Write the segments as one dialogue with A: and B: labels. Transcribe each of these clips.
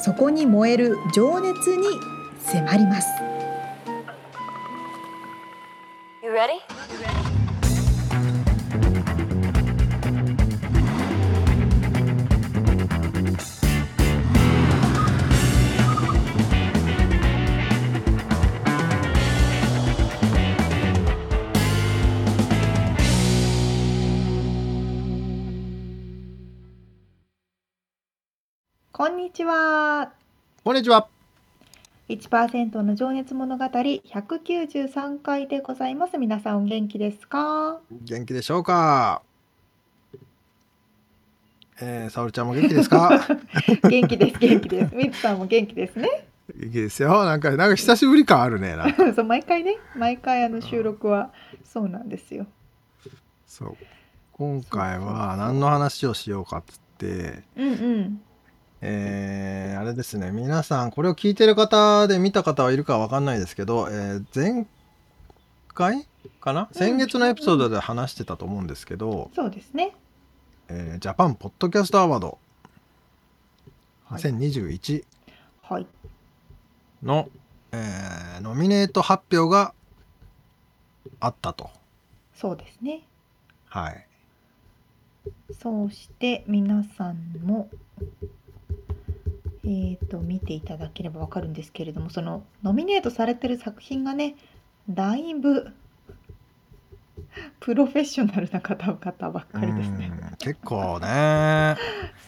A: そこに燃える情熱に迫ります
B: You ready?
A: こんにちは
C: こんにちは。
A: 1%の情熱物語193回でございます皆さんお元気ですか
C: 元気でしょうか。えー、沙織ちゃんも元気ですか。
A: 元気です元気ですみつさんも元気ですね
C: 元気ですよ。なんか、なんか久しぶり感あるね。なんか
A: そう毎回ね毎回あの収録はそうなんですよ
C: そう。今回は何の話をしようかっつって。
A: うんうん
C: えー、あれですね。皆さん、これを聞いてる方で見た方はいるかわかんないですけど、えー前回かな
A: うん
C: 先月のエピソードで話してたと思うんですけど、
A: そうですね
C: えージャパンポッドキャストアワード
A: はい
C: 2021
A: はい
C: の、えーノミネート発表があったと。
A: そうですね
C: はい。
A: そうして皆さんも、えー、と見ていただければわかるんですけれどもそのノミネートされてる作品がねだいぶ プロフェッショナルな方々ばっかりですね。
C: うん結構ね。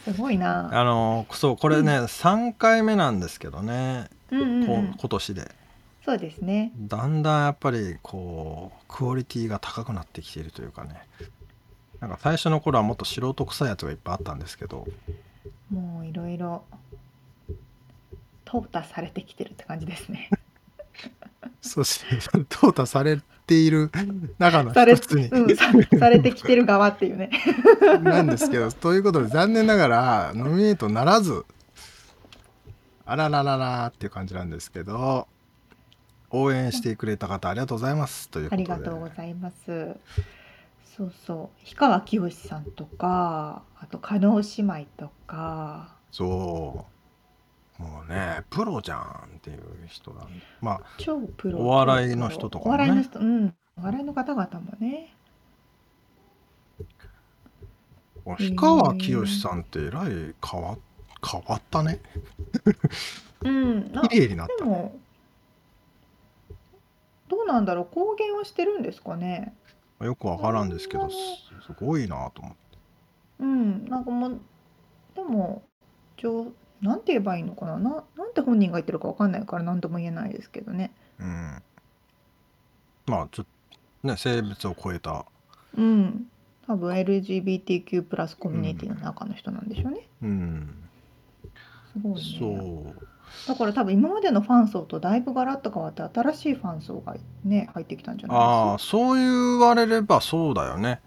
A: すごいな。
C: あの、そう、これね、3回目なんですけどね、
A: うんうんう
C: こ
A: ん、
C: 今年で。
A: そうですね。
C: だんだんやっぱり、こう、クオリティが高くなってきているというかね。なんか最初の頃はもっと素人臭いやつがいっぱいあったんですけど、
A: もういろいろ淘汰されてきてるって感じですね。
C: そうし、 淘汰されている中の
A: され
C: 一つに、
A: うん、さされてきてる側っていうね。
C: なんですけど、ということで残念ながらノミネートならず、あららららっていう感じなんですけど、応援してくれた方ありがとうございますというこ
A: あ
C: と
A: り
C: で。
A: がとうございます。そうそう、氷川きよしさんとか、あと加納姉妹とか、
C: そう。もうね、プロじゃんっていう人なんで。まあ、
A: 超プロ。
C: お笑いの人とかね
A: お笑いの人、うん、お笑いの方々もね。
C: 氷川きよしさんってえらい変わ変わったね。
A: うん、あ
C: 綺麗になっ
A: で
C: た。
A: も。どうなんだろう、公言はしてるんですかね。
C: よくわからんですけど、すすごいなと思って。
A: うん、なんかもう。でも。ちょなんて言えばいいのかな、な、なんて本人が言ってるかわかんないから、何とも言えないですけどね。
C: うん。まあ、ちょっと、ね、性別を超えた。
A: うん、多分 LGBTQ+ プラスコミュニティの中の人なんでしょうね。
C: うん。
A: すごいね。
C: そう。
A: だから多分今までのファン層とだいぶガラッと変わって新しいファン層がね入ってきたんじゃない
C: ああ、そう言われればそうだよね。
A: ですか。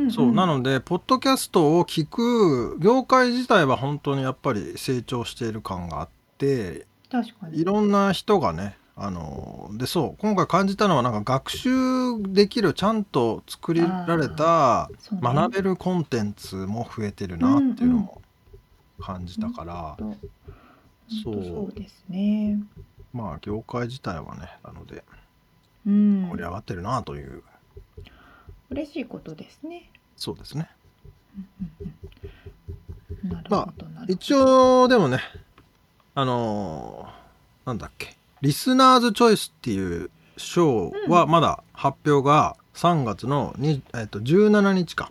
A: んん
C: そう。なので、ポッドキャストを聞く業界自体は本当にやっぱり成長している感があって、
A: 確かに。
C: いろんな人がね、あの、で、そう、今回感じたのはなんか学習できる、ちゃんと作りられた、
A: そうね
C: 学べるコンテンツも増えてるなっていうのも感じたか
A: ほん
C: ら、
A: とほんと
C: そう
A: そうですね。
C: まあ業界自体はね、なので
A: うん。
C: 盛り上がってるなという、
A: 嬉しいことですね。
C: そうですね。
A: うんうんうんなるほどなるほど。
C: 一応でもねあのーなんだっけリスナーズチョイスっていう賞はまだ発表が3月のに、えっと17日か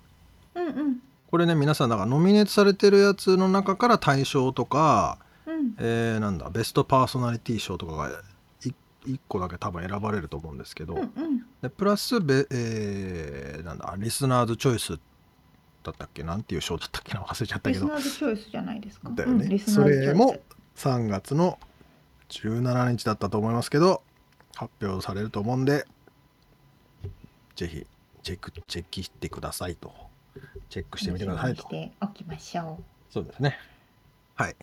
A: うんうん
C: これね皆さんだからノミネートされてるやつの中から大賞とか、
A: うん
C: えーなんだベストパーソナリティ賞とかが1個だけ多分選ばれると思うんですけど、
A: うんうん。
C: でプラスべ、えーなんだリスナーズチョイスだったっけなんていう賞だったっけな忘れちゃった
A: リ
C: け
A: ス
C: ど
A: ナーズチョイスじゃないですか。
C: だよね
A: うんリスナ
C: そ
A: ーズチョイス
C: れも3月の17日だったと思いますけど発表されると思うんでぜひチェックチェックしてくださいとチェックしてみてくださいと
A: 楽しみにしておきましょ
C: そうですねはい、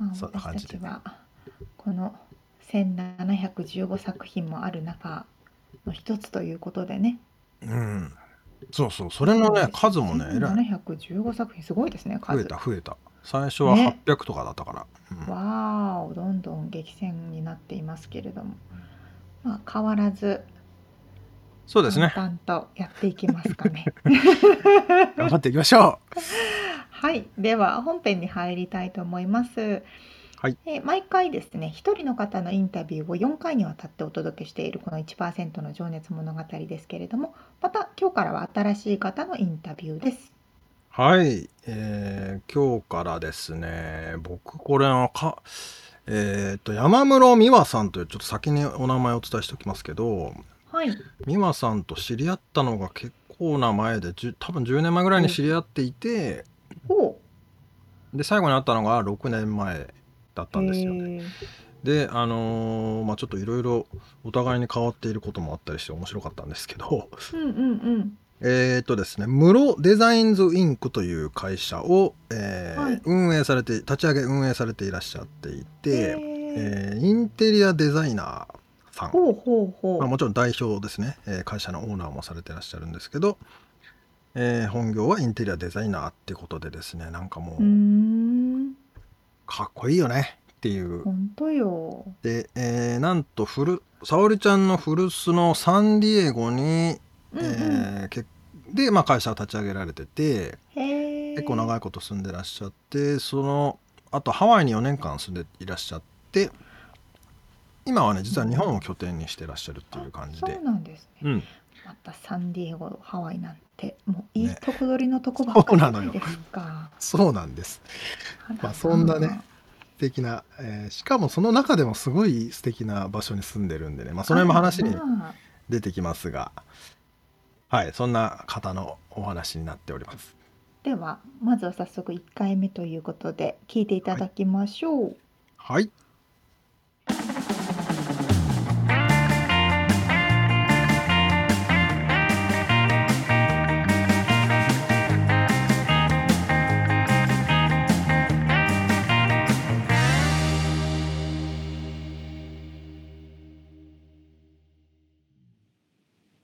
A: う。まあ、
C: そんな感じで
A: 私たちはこの1715作品もある中の一つということでね。
C: うん、そうそうそれのね数もねえらい
A: 1715作品すごいですね。
C: 増え
A: 数。
C: た増えた最初は
A: ね
C: 800とかだったから、うん
A: わーおどんどん激戦になっていますけれども、まあ、変わらず
C: そうですね
A: 淡々とやっていきますかね。
C: 頑張っていきましょ
A: はい、では本編に入りたいと思います。
C: はい
A: えー毎回ですね、一人の方のインタビューを4回にわたってお届けしているこの1%の情熱物語ですけれども、また今日からは新しい方のインタビューです。
C: うはいえー、今日からですね僕これはかえーっと山室美和さんというちょっと先にお名前をお伝えしておきますけど
A: はい、
C: 美和さんと知り合ったのが結構な前でじゅ多分10年前ぐらいに知り合っていて、
A: お
C: で最後に会ったのが6年前だったんですよね。
A: へー
C: であのーまあちょっといろいろお互いに変わっていることもあったりして面白かったんですけど
A: うんうんうん。
C: えーっとですね室デザインズインクという会社を、えー
A: はい
C: 運営されて立ち上げ運営されていらっしゃってい
A: へ
C: て、
A: ー
C: えーインテリアデザイナーさん、
A: ほうほうほう。
C: まあ、もちろん代表ですね、えー会社のオーナーもされてらっしゃるんですけど、えー本業はインテリアデザイナーってことでですねなんかも
A: うー、
C: うんかっこいいよねっていう
A: 本当よ。
C: で、えーなんとふる沙織ちゃんの古巣のサンディエゴに、
A: うんうん。
C: えーけで、まあ、会社を立ち上げられてて
A: へえ。
C: 結構長
A: い。
C: いこと住んでらっしゃってそのあとハワイに4年間住んでいらっしゃって今はね実は日本を拠点にしてらっしゃるっていう感じ
A: そう
C: で。
A: なんですね。
C: うん、
A: またサンディエゴハワイなんてもういいとこ取りのとこばっ
C: そ
A: かり
C: う
A: じ
C: な
A: ゃ
C: の
A: な
C: よ
A: いですか。
C: そうなんです
A: あら
C: まあそんなね的な、えーしかもその中でもすごい素敵な場所に住んでるんでね、まあ、その辺も話に
A: あらまあ
C: 出てきますがはいそんな方のお話になっております
A: ではまずは早速1回目ということで聞いていただきましょう。
C: はい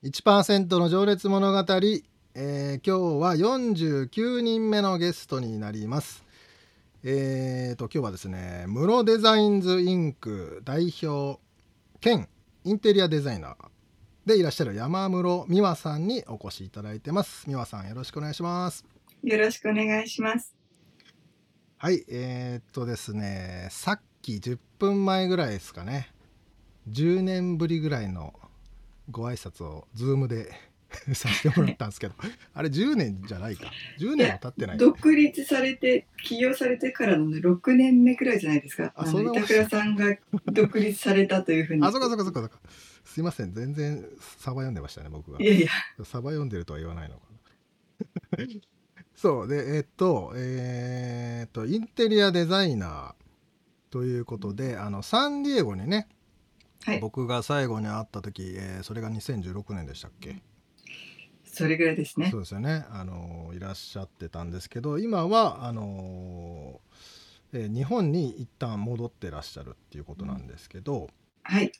C: 1%の情熱物語、えー今日は49人目のゲストになります。えー、と今日はですね室デザインズインク代表兼インテリアデザイナーでいらっしゃる山室美和さんにお越しいただいてます。美和さんよろしくお願いします。
D: よろしくお願いします。
C: はい、えー、とですね、さっき10分前ぐらいですかね、10年ぶりぐらいのご挨拶を、ズームで させてもらったんですけど、あれ、10年じゃないか、10年は経ってない、
D: 独立されて起業されてからのね6年目くらいじゃないですか。
C: あ
D: あ
C: そんな
D: の
C: もん
D: 板倉さんが独立されたというふうに。
C: あ、そっかそっかそっかそっか、すいません、全然サバ読んでましたね、僕が
D: い。やいや、
C: サバ読んでるとは言わないのかな。 そう、で、えーっと、えーっと、インテリアデザイナーということで、あの、サンディエゴにね、
D: はい、
C: 僕が最後に会った時、えーそれが2016年でしたっけ、
D: それぐらいですね
C: そ。うですよね、あのーいらっしゃってたんですけど今はあのーえー日本に一旦戻ってらっしゃるっていうことなんですけど、
D: はい、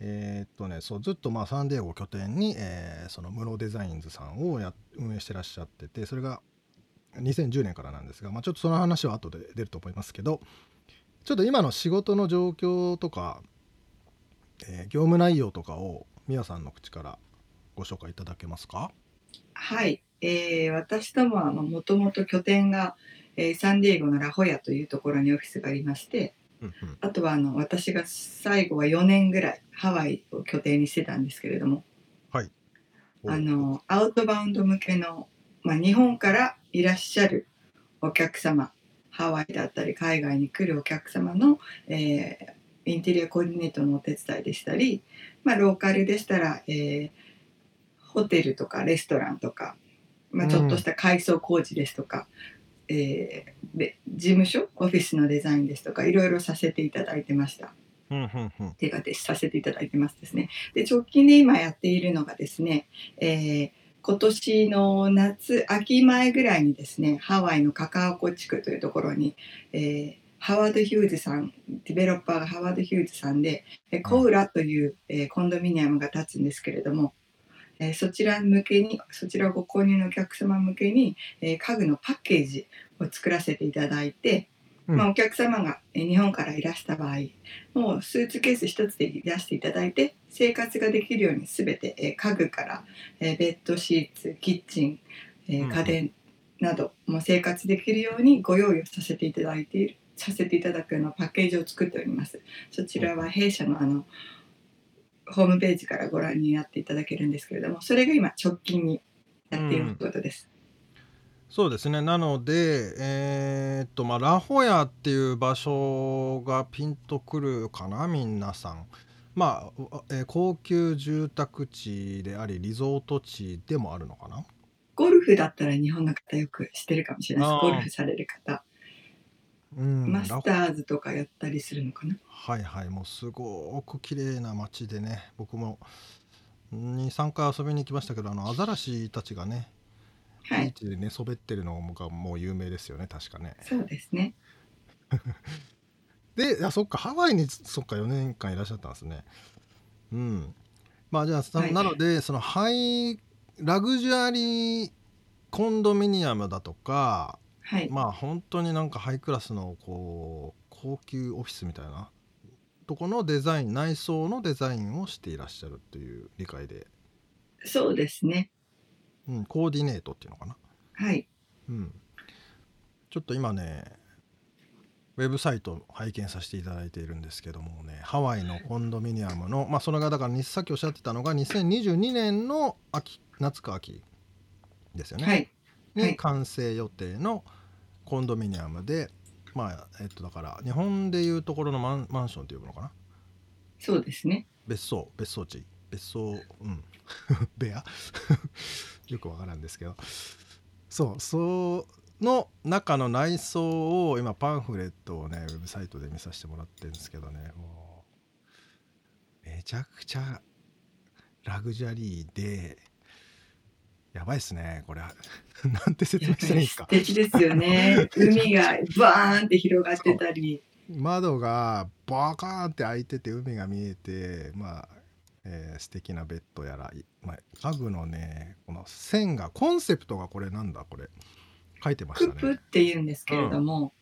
C: えーっとねそうずっとまあサンディエゴを拠点に、えーその室デザインズさんをや運営してらっしゃっててそれが2010年からなんですが、まあ、ちょっとその話は後で出ると思いますけどちょっと今の仕事の状況とか、えー業務内容とかをミヤさんの口からご紹介いただけますか
D: はい、えー私どもはもともと拠点が、えーサンディエゴのラホヤというところにオフィスがありまして、
C: うんうん
D: あとはあの私が最後は4年ぐらいハワイを拠点にしてたんですけれども、あのアウトバウンド向けの、まあ、日本からいらっしゃるお客様ハワイだったり海外に来るお客様の、えーインテリアコーディネートのお手伝いでしたり、まあ、ローカルでしたら、えーホテルとかレストランとか、まあ、
C: うん
D: ちょっとした改装工事ですとか、えーで事務所オフィスのデザインですとかいろいろさせていただいてました。
C: うんうんうん
D: 手当てさせていただいてますですね。で直近で今やっているのがですね、えー今年の夏秋前ぐらいにですねハワイのカカオコ地区というところに、えーハワード・ヒューズさんディベロッパーがハワード・ヒューズさんでえーコウラという、えーコンドミニアムが建つんですけれども、えーそちら向けにそちらをご購入のお客様向けに、えー家具のパッケージを作らせていただいて、
C: うん
D: まあ、お客様がえー日本からいらした場合もうスーツケース一つでいらしていただいて生活ができるように全て、えー家具から、えーベッドシーツキッチン、えー
C: うん
D: 家電などもう生活できるようにご用意をさせていただいているさせていただくようなパッケージを作っております。そちらは弊社のあのホームページからご覧になっていただけるんですけれどもそれが今直近にやっていることです。
C: そうですねなのでえーっとまあラホヤっていう場所がピンとくるかな皆さんまあ、えー高級住宅地でありリゾート地でもあるのかな
D: ゴルフだったら日本の方よく知ってるかもしれない
C: あ
D: で
C: ー
D: す。ゴルフされる方、
C: うん
D: マス
C: ラホ
D: ターズとかやったりするのかな。
C: はいはいもうすごく綺麗な街でね僕も23回遊びに行きましたけどあのアザラシたちがね
D: は
C: ビー
D: い、
C: チで寝そべってるのがもう有名ですよね確かね
D: そうですね。
C: であそっかハワイにそっか4年間いらっしゃったんですねうんまあじゃあさ
D: はい
C: なのでそのハイラグジュアリーコンドミニアムだとか
D: はい、
C: まあ本当になんかハイクラスのこう高級オフィスみたいなとこのデザイン内装のデザインをしていらっしゃるという理解で、
D: そうですね。
C: うん、コーディネートっていうのかな、
D: はい、
C: うん、ちょっと今ねウェブサイトを拝見させていただいているんですけどもねハワイのコンドミニアムの、まあ、それがだからにさっきおっしゃってたのが2022年の秋夏か秋ですよね。
D: はい、は
C: に
D: い
C: 完成予定のコンドミニアムで、まあえっとだから日本でいうところのマンマンションっていうのかな
D: そうですね。
C: 別荘別荘地別荘うん 部屋よくわからんですけどそうその中の内装を今パンフレットをねウェブサイトで見させてもらってるんですけどねもうめちゃくちゃラグジュアリーでやばいっすねこれ なんて説
D: や
C: 明
D: っ
C: した
D: ぱ
C: らいいん
D: り
C: ですか
D: 素敵ですよね。海がバーンって広がってたり、
C: 窓がバカーンって開いてて海が見えてまあ、えー素敵なベッドやら、いまあ、家具のねこの線がコンセプトがこれなんだこれ書いてまし
D: ク
C: た
D: プっ
C: ね。
D: て言うんですけれども、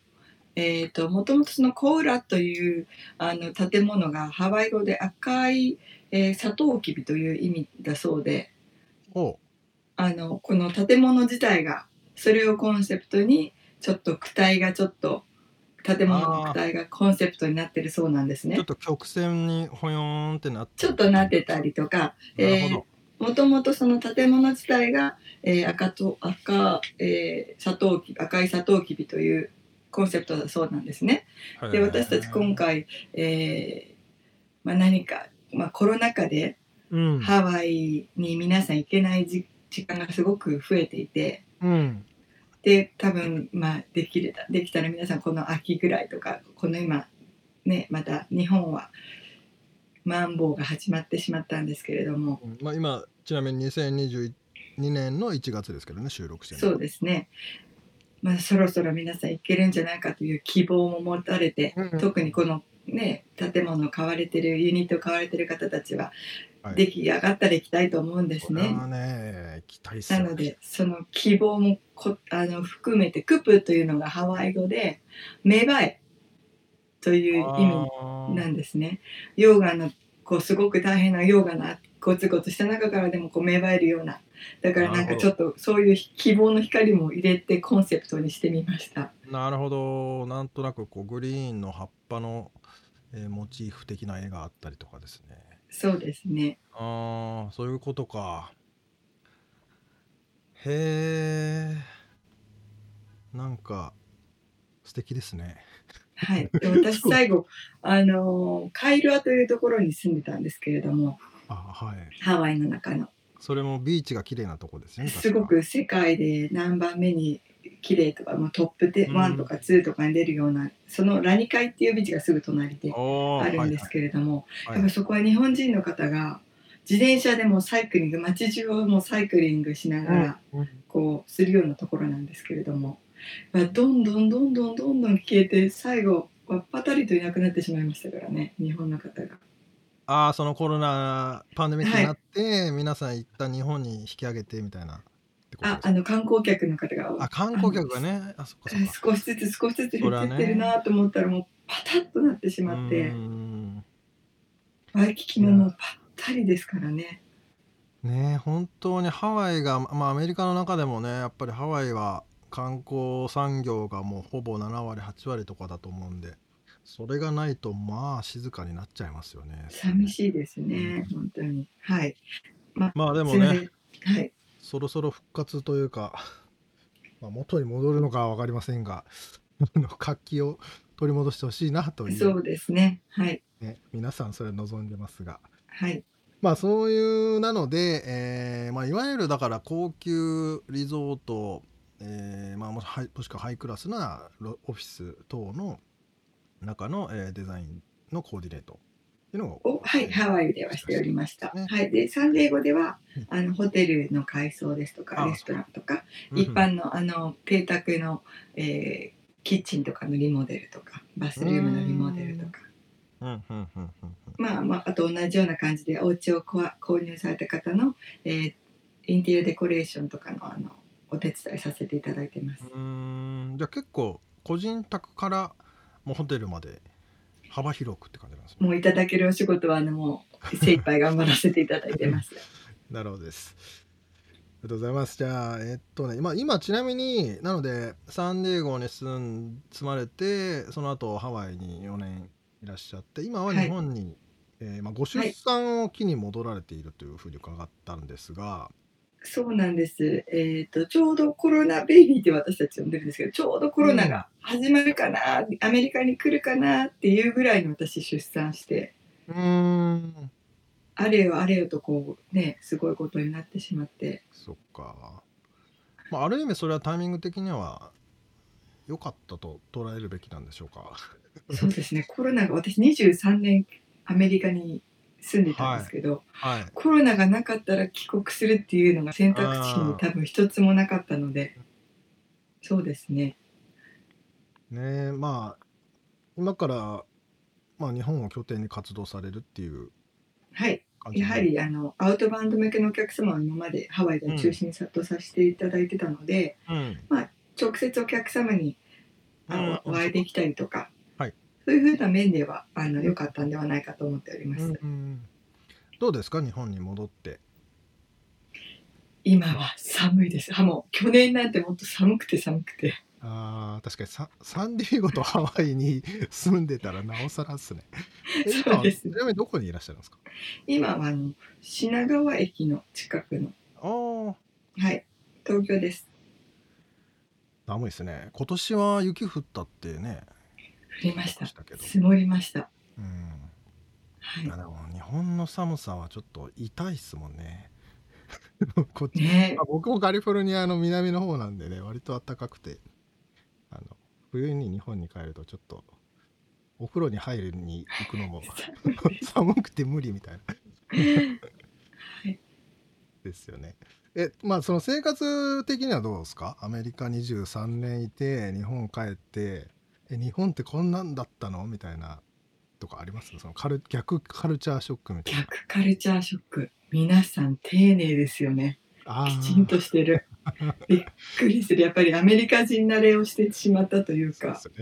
D: えっ、ともともとそのコウラというあの建物がハワイ語で赤い、えー、サトウキビという意味だそうで、
C: おう
D: あのこの建物自体がそれをコンセプトにちょっと躯体がちょっと建物の躯体がコンセプトになってるそうなんです
C: ちょ
D: ね
C: っ。と曲線にほよーんってなって
D: ちょっとなってたりとか、
C: なるほど、
D: もともとその建物自体が、えー赤と赤、えー、サトウキ赤いサトウキビというコンセプトだそうなんですね。で
C: へー
D: 私たち今、回、えーまあ、何か、まあ、コロナ禍で
C: うん
D: ハワイに皆さん行けないじ時間がすごく増えていて
C: うん
D: で多分、まあ、できれたできたら皆さんこの秋ぐらいとかこの今ねまた日本はマンボウが始まってしまったんですけれども。
C: まあ、今ちなみに2022年の1月ですけどね収録してるの
D: そうですね。まあ、そろそろ皆さん行けるんじゃないかという希望も持たれて、
C: うん
D: 特にこのね建物を買われてるユニットを買われてる方たちは、
C: はい
D: 出来上がったら行きたいと思うんです
C: これ
D: ね。
C: はね期待す
D: な
C: る
D: のでその希望もこあの含めてクプというのがハワイ語で芽生えという意味
C: あー
D: なんですね。溶岩のこうすごく大変な溶岩のゴツゴツした中からでもこう芽生えるようなだからなん
C: なる
D: か
C: ほ
D: ちょっとそういう希望の光も入れてコンセプトにしてみました。
C: なるほどなんとなくこうグリーンの葉っぱの、えーモチーフ的な絵があったりとかですね
D: そうですね。
C: あーそういうことかへえなんか素敵ですね
D: はい。で私
C: そう
D: 最後あのーカイルアというところに住んでたんですけれども、
C: あはい
D: ハワイの中の
C: それもビーチが綺麗なとこですよね
D: すごく世界で何番目に綺麗とか、まあ、トップ10、
E: うん
D: 1とか2とかに出るようなそのラニカイっていうビーチがすぐ隣で
E: おー
D: あるんですけれども、
E: はい
D: やっ
E: は
D: ぱ
E: い
D: そこは日本人の方が自転車でもうサイクリング街中をもうサイクリングしながらこうするようなところなんですけれども、まあ、どんどんどんどんどんどん消えて最後はぱたりといなくなってしまいましたからね日本の方が。
C: ああそのコロナパンデミックになって、皆さん一旦日本に引き上げてみたいなってこと
D: あ
C: です
D: あ
C: か
D: の観光客の方が
C: あ観光客がねあそっかそっか
D: 少しずつ少しずつ減ってっ
C: それ
D: て
C: はね
D: るなと思ったらもうパタッとなってし
C: う
D: まって
C: ーん
D: ワイキキももうパッタリですからね
C: ねえ本当にハワイが、まあ、アメリカの中でもねやっぱりハワイは観光産業がもうほぼ7割8割とかだと思うんでそれがないとまあ静かになっちゃいますよね
D: 寂しいですね本当にはい
C: まあですも
D: いませ
C: ね
D: んはい
C: そろそろ復活というか、まあ、元に戻るのかは分かりませんが あの活気を取り戻してほしいなとい、
D: そううですねはい
C: ね、皆さんそれは望んでますが
D: はい
C: まあそういうなので、えーまあ、いわゆるだから高級リゾート、えーまあ、もしハイもしくはハイクラスなロオフィス等の中の、えーデザインのコーディネートっていうの
D: お
C: を
D: はいハワイではしておりました、
C: ね
D: はいでサンディエゴでは
C: うん
D: あのホテルの改装ですとか
C: あ
D: レストランとか
C: うん
D: 一般のあの邸宅の、えーキッチンとかのリモデルとかバスルームのリモデルとか
C: うんうんうんうんうん
D: まあまあ、あと同じような感じでお家をこわ購入された方の、えーインテリアデコレーションとかのあのお手伝いさせていただいてます。
C: うーんじゃあ結構個人宅からもうホテルまで幅広くって感じなんですね。
D: もういただけるお仕事はあのもう精一杯頑張らせていただいてます。
C: なるほどです。ありがとうございます。じゃあ、えっとね、まあ、今ちなみに、なので、サンディエゴに住ん、住まれて、その後ハワイに4年いらっしゃって、今は
D: はい
C: 日本に、えーまあ、ご出産を機に戻られているというふうに伺ったんですが、
D: そうなんです。えっ、とちょうどコロナベイビーって私たち呼んでるんですけど、ちょうどコロナが始まるかな、アメリカに来るかなっていうぐらいに私出産して、
C: うーん、
D: あれよあれよとこうねすごいことになってしまって、
C: そっか。まあ、ある意味、それはタイミング的には良かったと捉えるべきなんでしょうか。
D: そうですね。コロナが私23年アメリカに住んでたんですけど、
C: はい。
D: コロナがなかったら帰国するっていうのが選択肢に多分一つもなかったので、そうですね。
C: ねえまあ今から、まあ、日本を拠点に活動されるっていう
D: はい、
C: 感じ
D: やはりあのアウトバウンド向けのお客様は今までハワイが中心さとさせていただいてたので、
C: うん
D: 直接お客様にあの
C: うん
D: お会いできたりとか、
C: はい
D: そういうふうな面ではあの良かったんではないかと思っております。
C: うんうんどうですか日本に戻って
D: 今は寒いです。はもう去年なんてもっと寒くて寒くて。
C: あー確かにササンディエゴとハワイに住んでたらなおさらっすねえ今
D: そうです
C: ちなみにどこにいらっしゃるんですか
D: 今はあの品川駅の近くの
C: あー
D: はい東京です
C: 寒いですね今年は雪降ったってね
D: 降りました
C: したけど、
D: 積もりました
C: うん、
D: はい
C: いやでも日本の寒さはちょっと痛いっすもんね こっち
D: ね
C: まあ、僕もカリフォルニアの南の方なんでね割と暖かくてあの冬に日本に帰るとちょっとお風呂に入るに行くの も 寒くて無理みたいな
D: はい
C: ですよね。えまあその生活的にはどうですかアメリカ23年いて日本帰ってえ日本ってこんなんだったのみたいなとかありますそのカル逆カルチャーショックみたいな。
D: 逆カルチャーショック皆さん丁寧ですよね
C: あ
D: き
C: ー
D: ちんとしてるびっくりするやっぱりアメリカ人慣れをしてしまったという
C: そうで
D: か
C: すよ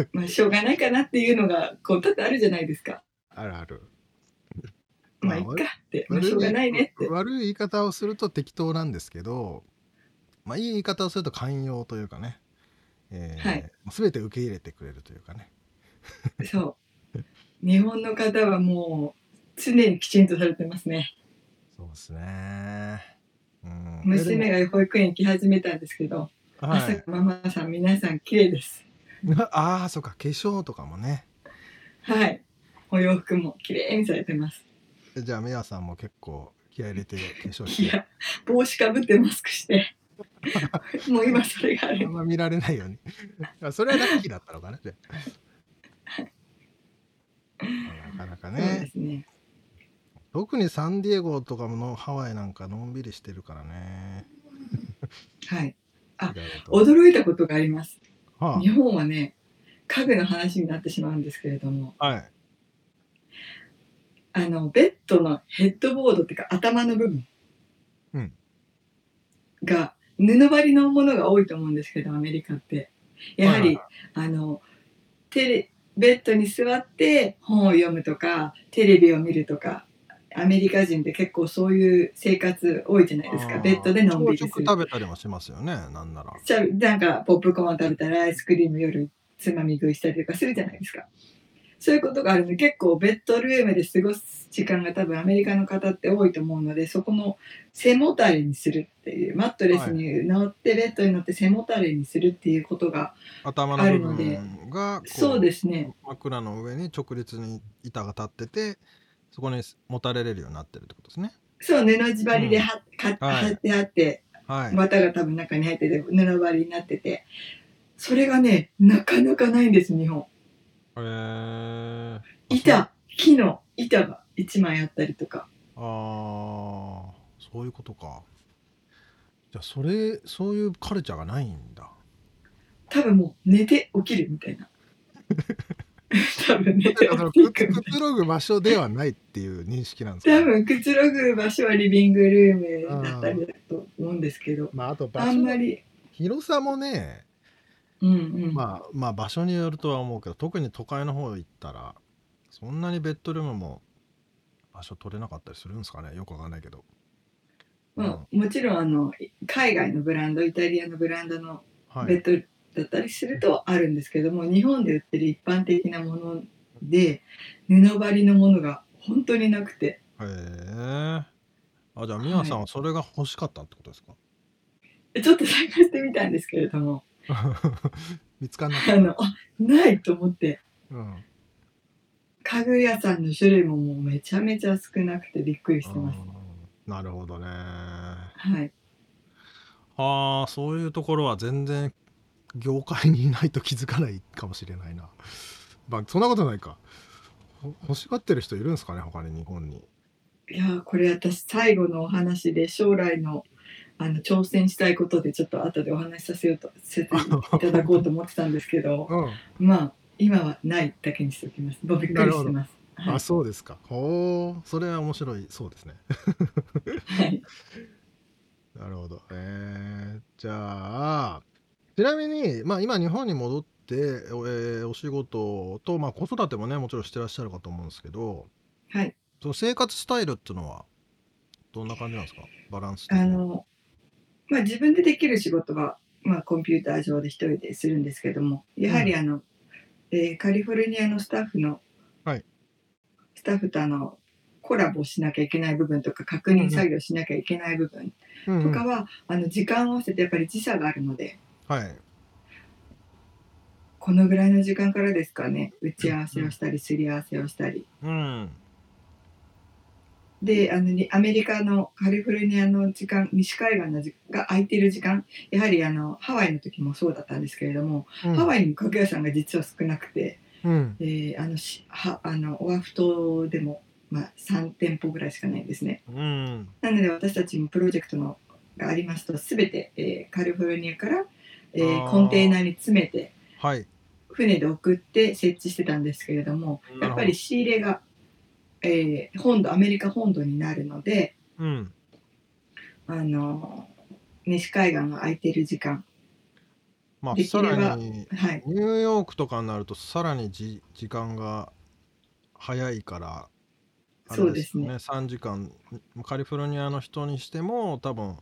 C: ね。
D: まあしょうがないかなっていうのがこう多々あるじゃないですか
C: あるある。
D: まあいっかって、まあ、しょうがないねって
C: 悪い言い方をすると適当なんですけど、まあ、いい言い方をすると寛容というかね、えー
D: はい
C: 全て受け入れてくれるというかね
D: そう日本の方はもう常にきちんとされてますね
C: そうですね、うん、
D: 娘が保育園行き始めたんですけど、
C: は
D: 朝
C: い
D: か、らママさん皆さん綺麗です
C: ああそうか化粧とかもね
D: はいお洋服も綺麗にされてます
C: じゃあメアさんも結構気合い入れて化粧
D: い
C: して
D: や帽子かぶってマスクしてもう今それがあ
C: あん
D: る。
C: ま見られないよね。あそれはラッキーだったのかな、じゃあなかなか
D: そうで
C: ね。
D: すね。
C: 特にサンディエゴとかのハワイなんかのんびりしてるからね。
D: はい。あ
C: 意外と
D: 驚いたことがあります。
C: は
D: 日本はね、家具の話になってしまうんですけれども、
C: あはい。
D: あの、ベッドのヘッドボードっていうか頭の部分
C: うん
D: が布張りのものが多いと思うんですけど、アメリカって。やは
C: は
D: り、
C: い
D: あの、テレ、ベッドに座って本を読むとか、テレビを見るとか、アメリカ人って結構そういう生活多いじゃないです
C: あ
D: か。
C: ー
D: ベッドでのんびりす
C: 朝
D: る
C: 食。食べたりもしますよね、なんなら。
D: じゃあなんかポップコーン食べたらアイスクリーム夜つまみ食いしたりとかするじゃないですかそういうことがあるので結構ベッドルームで過ごす時間が多分アメリカの方って多いと思うのでそこの背もたれにするっていうマットレスに乗ってベッドに乗って背もたれにするっていうことが、
C: 頭の部分がこ
D: そうですね
C: 枕の上に直立に板が立ってて、そこにもたれれるようになってるってことですね。
D: そう布縛りではっか
C: はい
D: 貼ってあって
C: はい。
D: 綿が多分中に入ってて布張りになっててそれがねなかなかないんです日本。
C: えー、あ
D: 板木の板が1枚あったりとか。
C: あーそういうことかじゃあそれそういうカルチャーがないんだ
D: 多分もう寝て起きるみた いな多分寝て起きる
C: ろぐ場所ではないっていう認識なんで
D: 多分くつろぐ場所はリビングルームだったりだと思うんですけど
C: まああと場
D: あ
C: 所
D: んまり
C: 広さもね、
D: うんうん、
C: まあ、まあ場所によるとは思うけど特に都会の方行ったらそんなにベッドルームも場所取れなかったりするんですかねよくわかんないけど
D: まあもちろんあの海外のブランドイタリアのブランドの
C: は
D: ベ
C: い
D: ッドだったりするとあるんですけども、日本で売ってる一般的なもので布張りのものが本当になくて
C: へえあじゃあミヤさんはそれが欲しかったってことです か、
D: ちょっと探してみたんですけれども
C: 見つかんな
D: あ
C: かっ
D: のあないと思って
C: た、うん
D: 家具屋さんの種類ももうめちゃめちゃ少なくてびっくりしてます。
C: うんなるほどね。あ
D: はい。
C: あ、そういうところは全然業界にいないと気づかないかもしれないな。まあ、そんなことないか。ほ欲しがってる人いるんですかね、他に日本に。
D: いやーこれ私最後のお話で将来のあの挑戦したいことでちょっと後でお話しさせようとさせていただこうと思ってたんですけど、
C: うん。
D: まあ今はないだけにしておきます。もうびっくりしてます。は
C: あ、
D: い
C: そうですか。ほう、それは面白い。そうですね。
D: はい。
C: なるほど。えー、じゃあ、ちなみに、まあ、今、日本に戻って、えーお仕事と、まあ、子育てもね、もちろんしてらっしゃるかと思うんですけど、
D: はい。
C: その生活スタイルっていうのはどんな感じなんですかバランス的
D: あ
C: に
D: のまあ自分でできる仕事はまあコンピューター上で一人でするんですけども、やはりあの、えーカリフォルニアのスタッフの、
C: はい
D: スタッフとあのコラボしなきゃいけない部分とか確認作業しなきゃいけない部分
C: うんう
D: と
C: ん
D: かは、あの時間を合わせてやっぱり時差があるので
C: はい
D: このぐらいの時間からですかね打ち合わせをしたりすり合わせをしたり
C: うん
D: であのにアメリカのカリフォルニアの時間西海岸のじが空いてる時間やはりあのハワイの時もそうだったんですけれども、ハワイにも家具屋さんが実は少なくて、
C: うん
D: えーあのしはあのオアフ島でも、まあ、3店舗ぐらいしかないんですね。
C: うん
D: なので私たちもプロジェクトのがありますと全て、えーカリフォルニアから、えー
C: あー
D: コンテナに詰めて
C: はい
D: 船で送って設置してたんですけれども
C: なるほど
D: やっぱり仕入れが、えー本土アメリカ本土になるので、
C: うん
D: あの西海岸が空いてる時間、
C: まあ
D: でき
C: さ
D: れば
C: らに
D: はい、
C: ニューヨークとかになるとさらにじ時間が早いからあれよ
D: そう
C: 3時間カリフォルニアの人にしても多分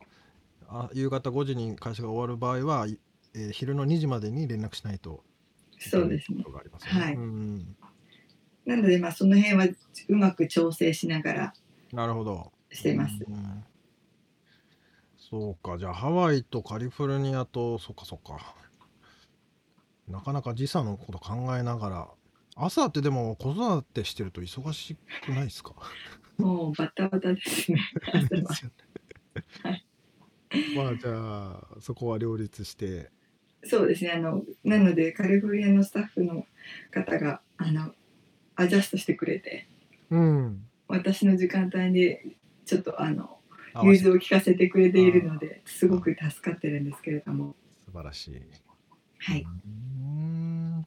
C: あ夕方5時に会社が終わる場合は、いえー昼の2時までに連絡しないと
D: そうですね
C: と。がありますよね
D: はい
C: うん
D: なのでまあその辺はうまく調整しながら
C: なるほど
D: してます。
C: うんそうか、じゃあハワイとカリフォルニアと、そっかそっか。なかなか時差のこと考えながら、朝ってでも子育てしてると忙しくないですか
D: もうバタバタですね。
C: ですよね
D: はい
C: まあじゃあそこは両立して
D: そうですねあのなのでカリフォルニアのスタッフの方があのアジャストしてくれて
C: うん
D: 私の時間帯でちょっとあの
C: 合わ
D: 融
C: せ
D: 通
C: て
D: を聞かせてくれているのですごく助かってるんですけれども
C: 素晴らしい。
D: はい。
C: うーん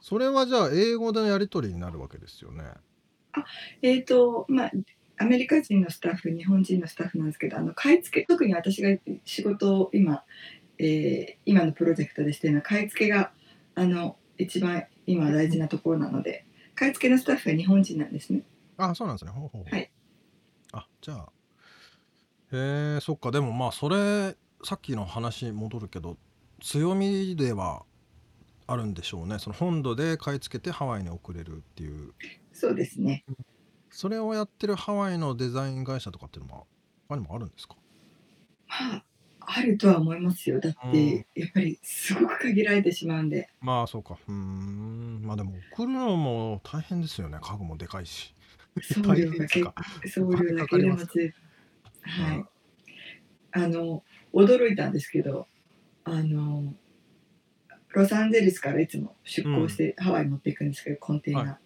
C: それはじゃあ英語でのやり取りになるわけですよね。
D: えーとまあ、アメリカ人のスタッフ日本人のスタッフなんですけどあの買い付け特に私が仕事を今、えー今のプロジェクトでしてるのは買い付けがあの一番今大事なところなので買い付けのスタッフが日本人なんですね。
C: あ、そうなんですね。ほうほうほう
D: はい。
C: あ、じゃあ。へえ、そっか。でもまあそれさっきの話に戻るけど、強みではあるんでしょうね。その本土で買い付けてハワイに送れるっていう。
D: そうですね
C: それをやってるハワイのデザイン会社とかっていうのも他にもあるんですか。
D: まああるとは思いますよだってやっぱりすごく限られてしまうんで
C: まあそうか。うーん。まあでも送るのも大変ですよね。家具もでかいし。
D: 送
C: 大
D: 料
C: 変
D: が
C: です
D: 結
C: か。
D: 送料だけでもずは
C: う
D: いあの驚いたんですけどあのロサンゼルスからいつも出港してハワイに持っていくんですけど、コンテナ、
C: は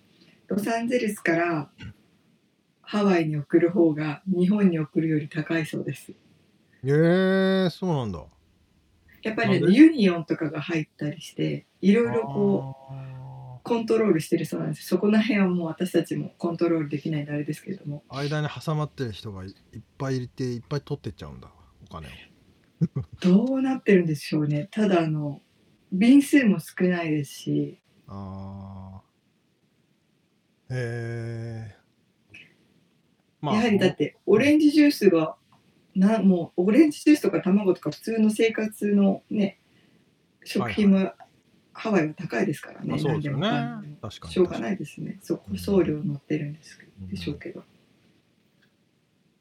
D: ロサンゼルスからハワイに送る方が日本に送るより高いそうです
C: ええそうなんだ。
D: やっぱり
C: な
D: ね
C: んで
D: ユニオンとかが入ったりしていろいろこ
C: あ
D: うコントロールしてるそうなんですそこら辺はもう私たちもコントロールできないのであれですけれども
C: ー間に挟まってる人がいいっぱいいていっぱい取ってっちゃうんだお金を。
D: どうなってるんでしょうねただあの便数も少ないですし
C: ああ。ええ
D: やはりだってオレンジジュースがなもうオレンジジュースとか卵とか普通の生活のね食品もハワイは高いですからね、
C: まあそうですよね
D: 何でも。
C: 確かに。
D: しょうが
C: い。
D: ないですねそこ送料乗ってるんですけど、
C: うん
D: でしょうけど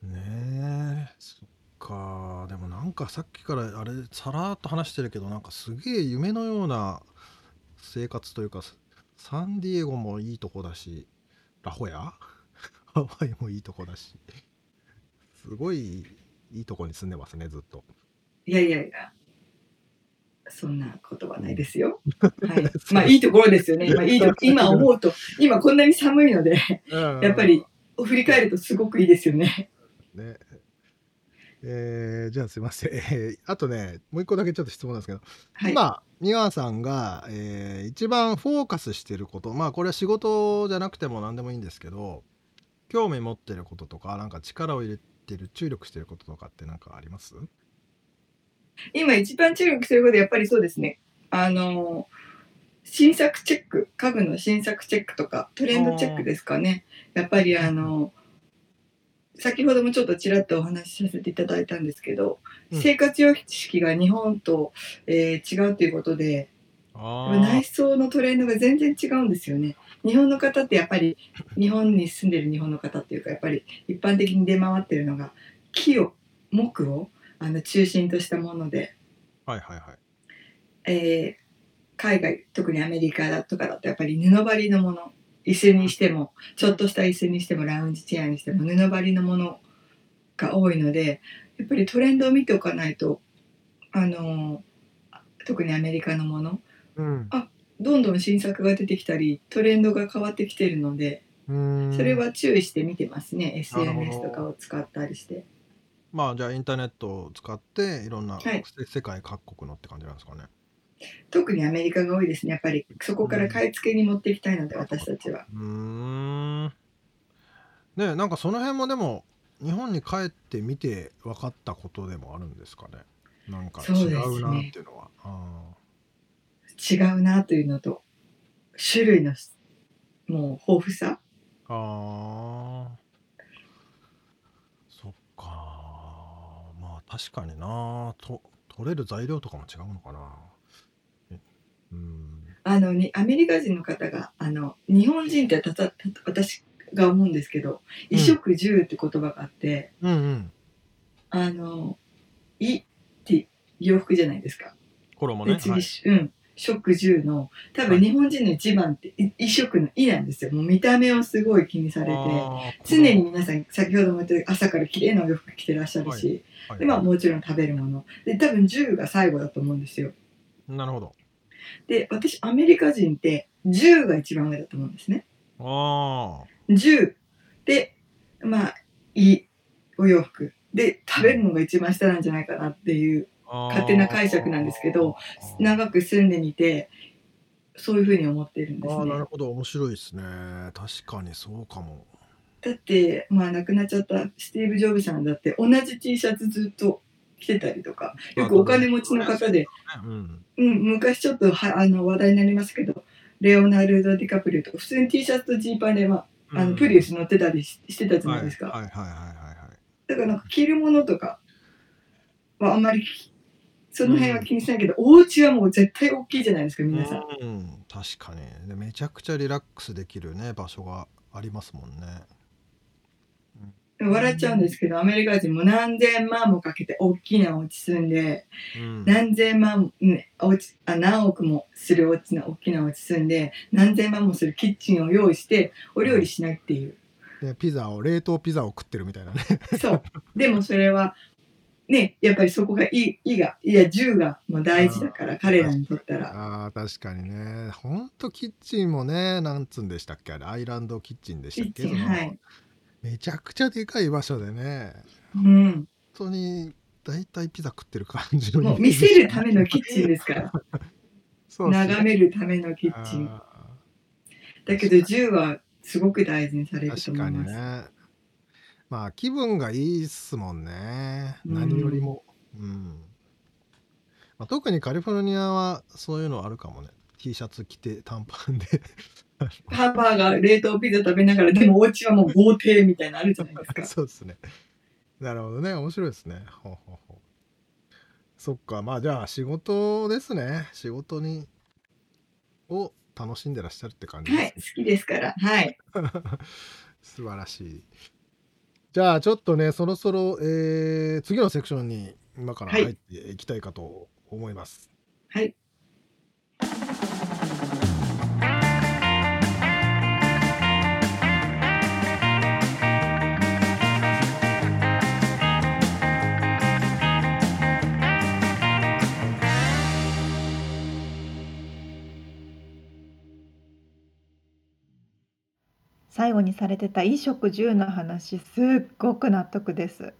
C: ねえ。そっか。でもなんかさっきからあれさらっと話してるけどなんかすげえ夢のような生活というかサンディエゴもいいとこだしラホヤ ハワイもいいとこだしすごいいいとこに住んでますねずっと。
D: いやいやいやそんなことはないですよ、はい、まあいいところですよね今いいと今思うと今こんなに寒いのでや
C: や
D: っぱり振り返るとすごくいいですよね
C: ね。えーじゃあすいません、えーあとねもう一個だけちょっと質問なんですけど、
D: はい
C: 今美和さんが、えー一番フォーカスしてることまあこれは仕事じゃなくても何でもいいんですけど興味持ってることとかなんか力を入れてる注力してることとかって何かあります
D: 今一番注力することはやっぱりそうですねあの新作チェック家具の新作チェックとかトレンドチェックですかねやっぱりあの先ほどもちょっとちらっとお話しさせていただいたんですけ
C: う
D: ど、
C: ん
D: 生活様式が日本と、えー違うということで
C: あ
D: 内装のトレンドが全然違うんですよね日本の方ってやっぱり日本に住んでる日本の方っていうかやっぱり一般的に出回ってるのが木を木をあの中心としたもので
C: はいはいはい。
D: えー海外特にアメリカだとかだとやっぱり布張りのもの椅子にしてもちょっとした椅子にしてもラウンジチェアにしても布張りのものが多いのでやっぱりトレンドを見ておかないとあのー特にアメリカのもの
C: うん
D: どんどん新作が出てきたりトレンドが変わってきてるのでそれは注意して見てますね、
C: なるほど
D: SNS とかを使ったりして
C: まあじゃあインターネットを使っていろんな、
D: はい
C: せ世界各国のって感じなんですかね。
D: 特にアメリカが多いですねやっぱりそこから買い付けに持っていきたいので私たちは。
C: うーん。ねなんかその辺もでも日本に帰ってみて分かったことでもあるんですかね。なんか
D: そう
C: 違
D: ですね
C: うなっていうのは。あ
D: 違うなというのと種類のもう豊富さ
C: ーあー。そっか。まあ確かになと取れる材料とかも違うのかな。えうん。
D: あのにアメリカ人の方があの日本人ってたたた私が思うんですけど「
C: うん
D: 衣食住」って言葉があって、
C: うんうん。
D: あの「衣」って洋服じゃないですか。
C: 衣
D: で
C: ね。
D: 次、
C: はい
D: うん「食住の多分日本人の一番ってい衣食の「い」なんですよもう見た目をすごい気にされて常に皆さん先ほども言ったように朝から綺麗なお洋服着てらっしゃるし、
E: はい
D: でまあ、もちろん食べるもので多分銃が最後だと思うんですよ
E: なるほど。
D: で私アメリカ人って銃が一番上だと思うんですね
E: あ
D: 銃でまあいいお洋服で食べるのが一番下なんじゃないかなっていう
E: あ。
D: 勝手な解釈なんですけど
E: あー、
D: 長く住んでみてそういうふうに思ってるんで
E: あ
D: す
E: ー
D: ね
E: なるほど、面白いですね。確かにそうかも。
D: だってまあ亡くなっちゃったスティーブ・ジョブさんだって同じ T シャツずっと着てたりとかよくお金持ちの方で、
E: うん。
D: うん、昔ちょっとはあの話題になりますけどレオナルド・ディカプリオとか普通に T シャツとジーパンで、まあ、あのプリウス乗ってたりししてたじゃないですか、
E: はいはいはいはい
D: だからなんか着るものとかはあんまりきその辺は気にしないけど、お家はもう絶対大きいじゃないですか皆さん。
E: はい。うん、確かにで。めちゃくちゃリラックスできるね、場所がありますもんね。
D: 笑っちゃうんですけどアメリカ人も何千万もかけて大きなお家住んで
E: うん。
D: 何千万うんお家あ何億もするお家の大きなお家住んで何千万もするキッチンを用意してお料理しないっていう
C: でピザを冷凍ピザを食ってるみたいなね
D: そうでもそれはねやっぱりそこがいい「い」がいや「銃がもう大事だから彼らにとった ら
C: あー確かにねほんとキッチンもねなんつうんでしたっけあれアイランドキッチンでし
D: キ
C: たっけ
D: ッチン
C: その
D: はい。
C: めちゃくちゃでかい場所でね
D: うん
C: 本当に大体ピザ食ってる感じの
D: もう見せるためのキッチン
C: で
D: ですから
C: そうっすね
D: 眺めるためのキッチン
C: あ
D: だけど銃はすごく大事にさ
C: ー
D: れると
C: 確
D: 思
C: か
D: い
C: に
D: ます、
C: ねまあ気分がいいっすもんね
D: うん
C: 何よりもうん、まあ、特にカリフォルニアはそういうのあるかもね T シャツ着て短パンで
D: ハンバーガー冷凍ピザ食べながらでもお家はもう豪邸みたいなのあるじゃない ですか
C: そうですねなるほどね面白いですねほうほうほうそっかまあじゃあ仕事ですね仕事にを楽しんでらっしゃるって感じです
D: はい、好きですから。はい。
C: 素晴らしい。じゃあちょっとねそろそろ、えー次のセクションに今から入っていきたいかと思います。
D: はい。
A: 最後にされてた衣食住の話すっごく納得です。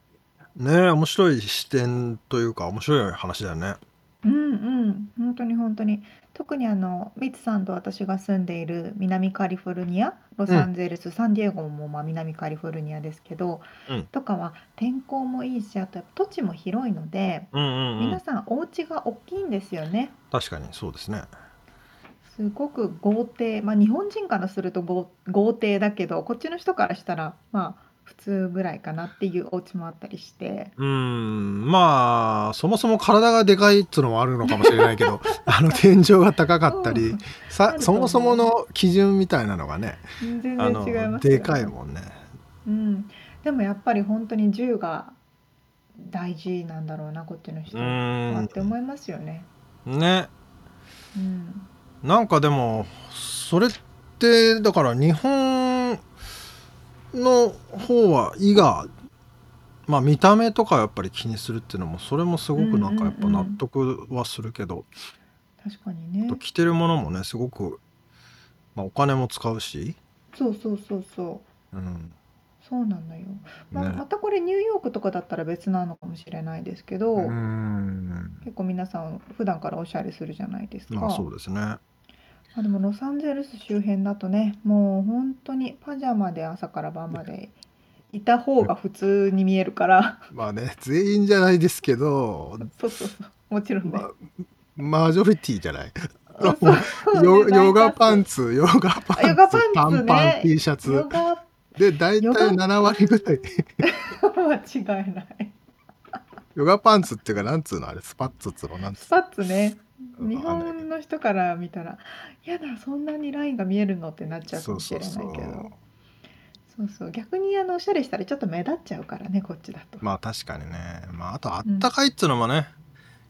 E: ねえ面白い視点というか面白い話だよね。
A: うんうん本当に本当に特にあのミツさんと私が住んでいる南カリフォルニアロサンゼルス、サンディエゴもまあ南カリフォルニアですけど、
E: うん
A: とかは天候もいいしあとやっぱ土地も広いので
E: うんうん
A: 皆さんお家が大きいんですよね。
E: 確かにそうですね。
A: すごく豪邸、まあ、日本人からすると豪豪邸だけどこっちの人からしたらまあ普通ぐらいかなっていうお家もあったりして
C: うんまあそもそも体がでかいっつうのもあるのかもしれないけどあの天井が高かったり、
A: うんあ
C: さ
A: ると
C: そ
A: 思う
C: もそもの基準みたいなのがね
A: 全然違い
E: あ
A: ますよ
E: の
A: ね
E: でかいもんね。
A: うん、でもやっぱり本当に銃が大事なんだろうなこっちの人
E: う
A: は
E: ん
A: って思いますよね。
E: ね
A: うん、
E: なんかでもそれってだから日本の方は胃がまあ見た目とかやっぱり気にするっていうのもそれもすごくなんかやっぱ納得はするけど、
A: 確かにね
E: と。着てるものもねすごく、まあ、お金も使うし、
A: そうそうそうそう。
E: うん
A: そうなのよ。まあ、
E: ね
A: またこれニューヨークとかだったら別なのかもしれないですけど、
E: うん
A: 結構皆さん普段からおしゃれするじゃないですか。
E: まあそうですね。
A: まあでもロサンゼルス周辺だとね、もう本当にパジャマで朝から晩までいた方が普通に見えるから、
C: まあね全員じゃないですけど
A: そうそうそう、もちろんね。
C: まマジョリティじゃない
A: そうそう
C: ヨ
A: ね
C: ヨガパ
A: 大多数
C: ンツヨガパンツ
A: ヨガパンツね
C: 短パン T シャツ
A: ヨガ
C: で大体
A: ヨガ
C: 7割ぐらい
A: は違いない。
C: ヨガパンツっていうか、なんつうのあれ、スパッツっつうのなんつ
A: スパッツね、
C: うの
A: 日
C: わかんないけ
A: 本の人から見たら、やだ、そんなにラインが見えるのってなっちゃうか
C: ど
A: もしれないけど、
C: そうそうそう
A: そうそう逆にあのおしゃれしたらちょっと目立っちゃうからね、こっちだと。
E: まあ確かにね。まああとあったかいっていうのもね、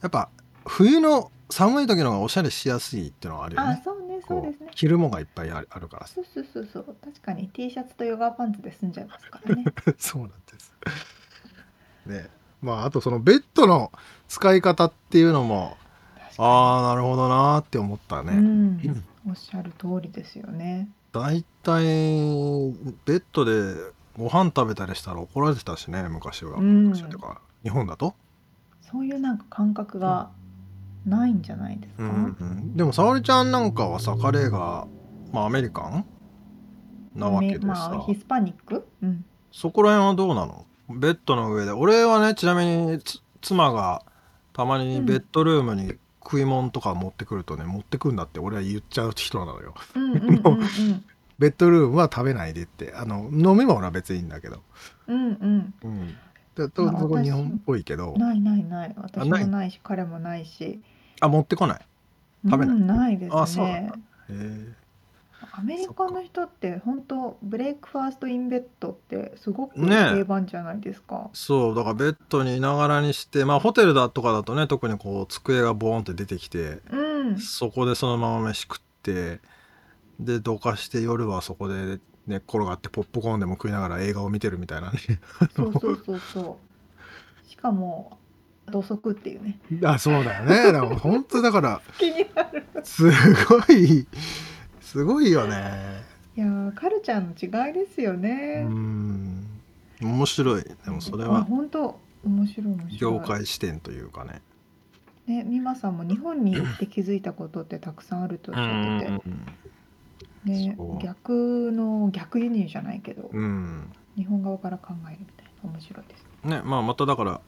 E: やっぱ
C: 冬の寒い時の方がおしゃれしやすいっていうのはあるよ
A: あ
C: ね
A: そうねそう
C: こ
A: で
C: う
A: すね
C: 着るもんがいっぱいあるあるから さ
A: そうそうそうそう確かに T シャツとヨガパンツで済んじゃいますから ね
C: そうなんですねまああとそのベッドの使い方っていうのもああなるほどなーって思ったね、
A: うんおっしゃる通りですよね
C: だいたいベッドでご飯食べたりしたら怒られてたしね昔は、
A: うん
C: 昔っていうか日本だと、
A: そういうなんか感覚がないんじゃないですか、
C: でも沙織ちゃんなんかはさカレーが、まあ、アメリカンなわけでさ、
A: まあヒスパニック、うん、
C: そこら辺はどうなのベッドの上で俺はねちなみにつ妻がたまにベッドルームに食い物とか持ってくるとね、持ってくんだって俺は言っちゃう人なのよ
A: うんうんうんうん
C: ベッドルームは食べないでってあの飲み物は別にいいんだけど
A: うん
C: うんだと
A: まあ
C: そこ
A: 私
C: 日本っぽいけど
A: うんないないない私も
C: ない
A: ないし彼もないし
C: あ持ってこない食べない
A: うん、ないですね
C: あそうなんだへえ
A: アメリカの人って本当ブレイクファーストインベッドってすごく
C: ねえ
A: 定番じゃないですか、
C: そうだからベッドにいながらにしてまあホテルだとかだとね特にこう机がボーンって出てきて
A: うん
C: そこでそのまま飯食ってでどかして夜はそこで寝っ転がってポップコーンでも食いながら映画を見てるみたいなね
A: そうそうそうそうしかも土足っていうね
C: あそうだよねでも本当だから
A: 気になる
C: すごいすごいよね
A: いやーカルチャーの違いですよ
C: う
A: ね、
C: ん面白いでもそれ
A: あ
C: は
A: 本当面白い面白い
C: 業界視点というかね
A: ね美馬さんも日本に行って気づいたことってたくさんあるとおっしゃってて、ね
C: そう
A: 逆の逆輸入じゃないけど、
C: うん
A: 日本側から考えるみたいな面白いです
C: ねまあまただから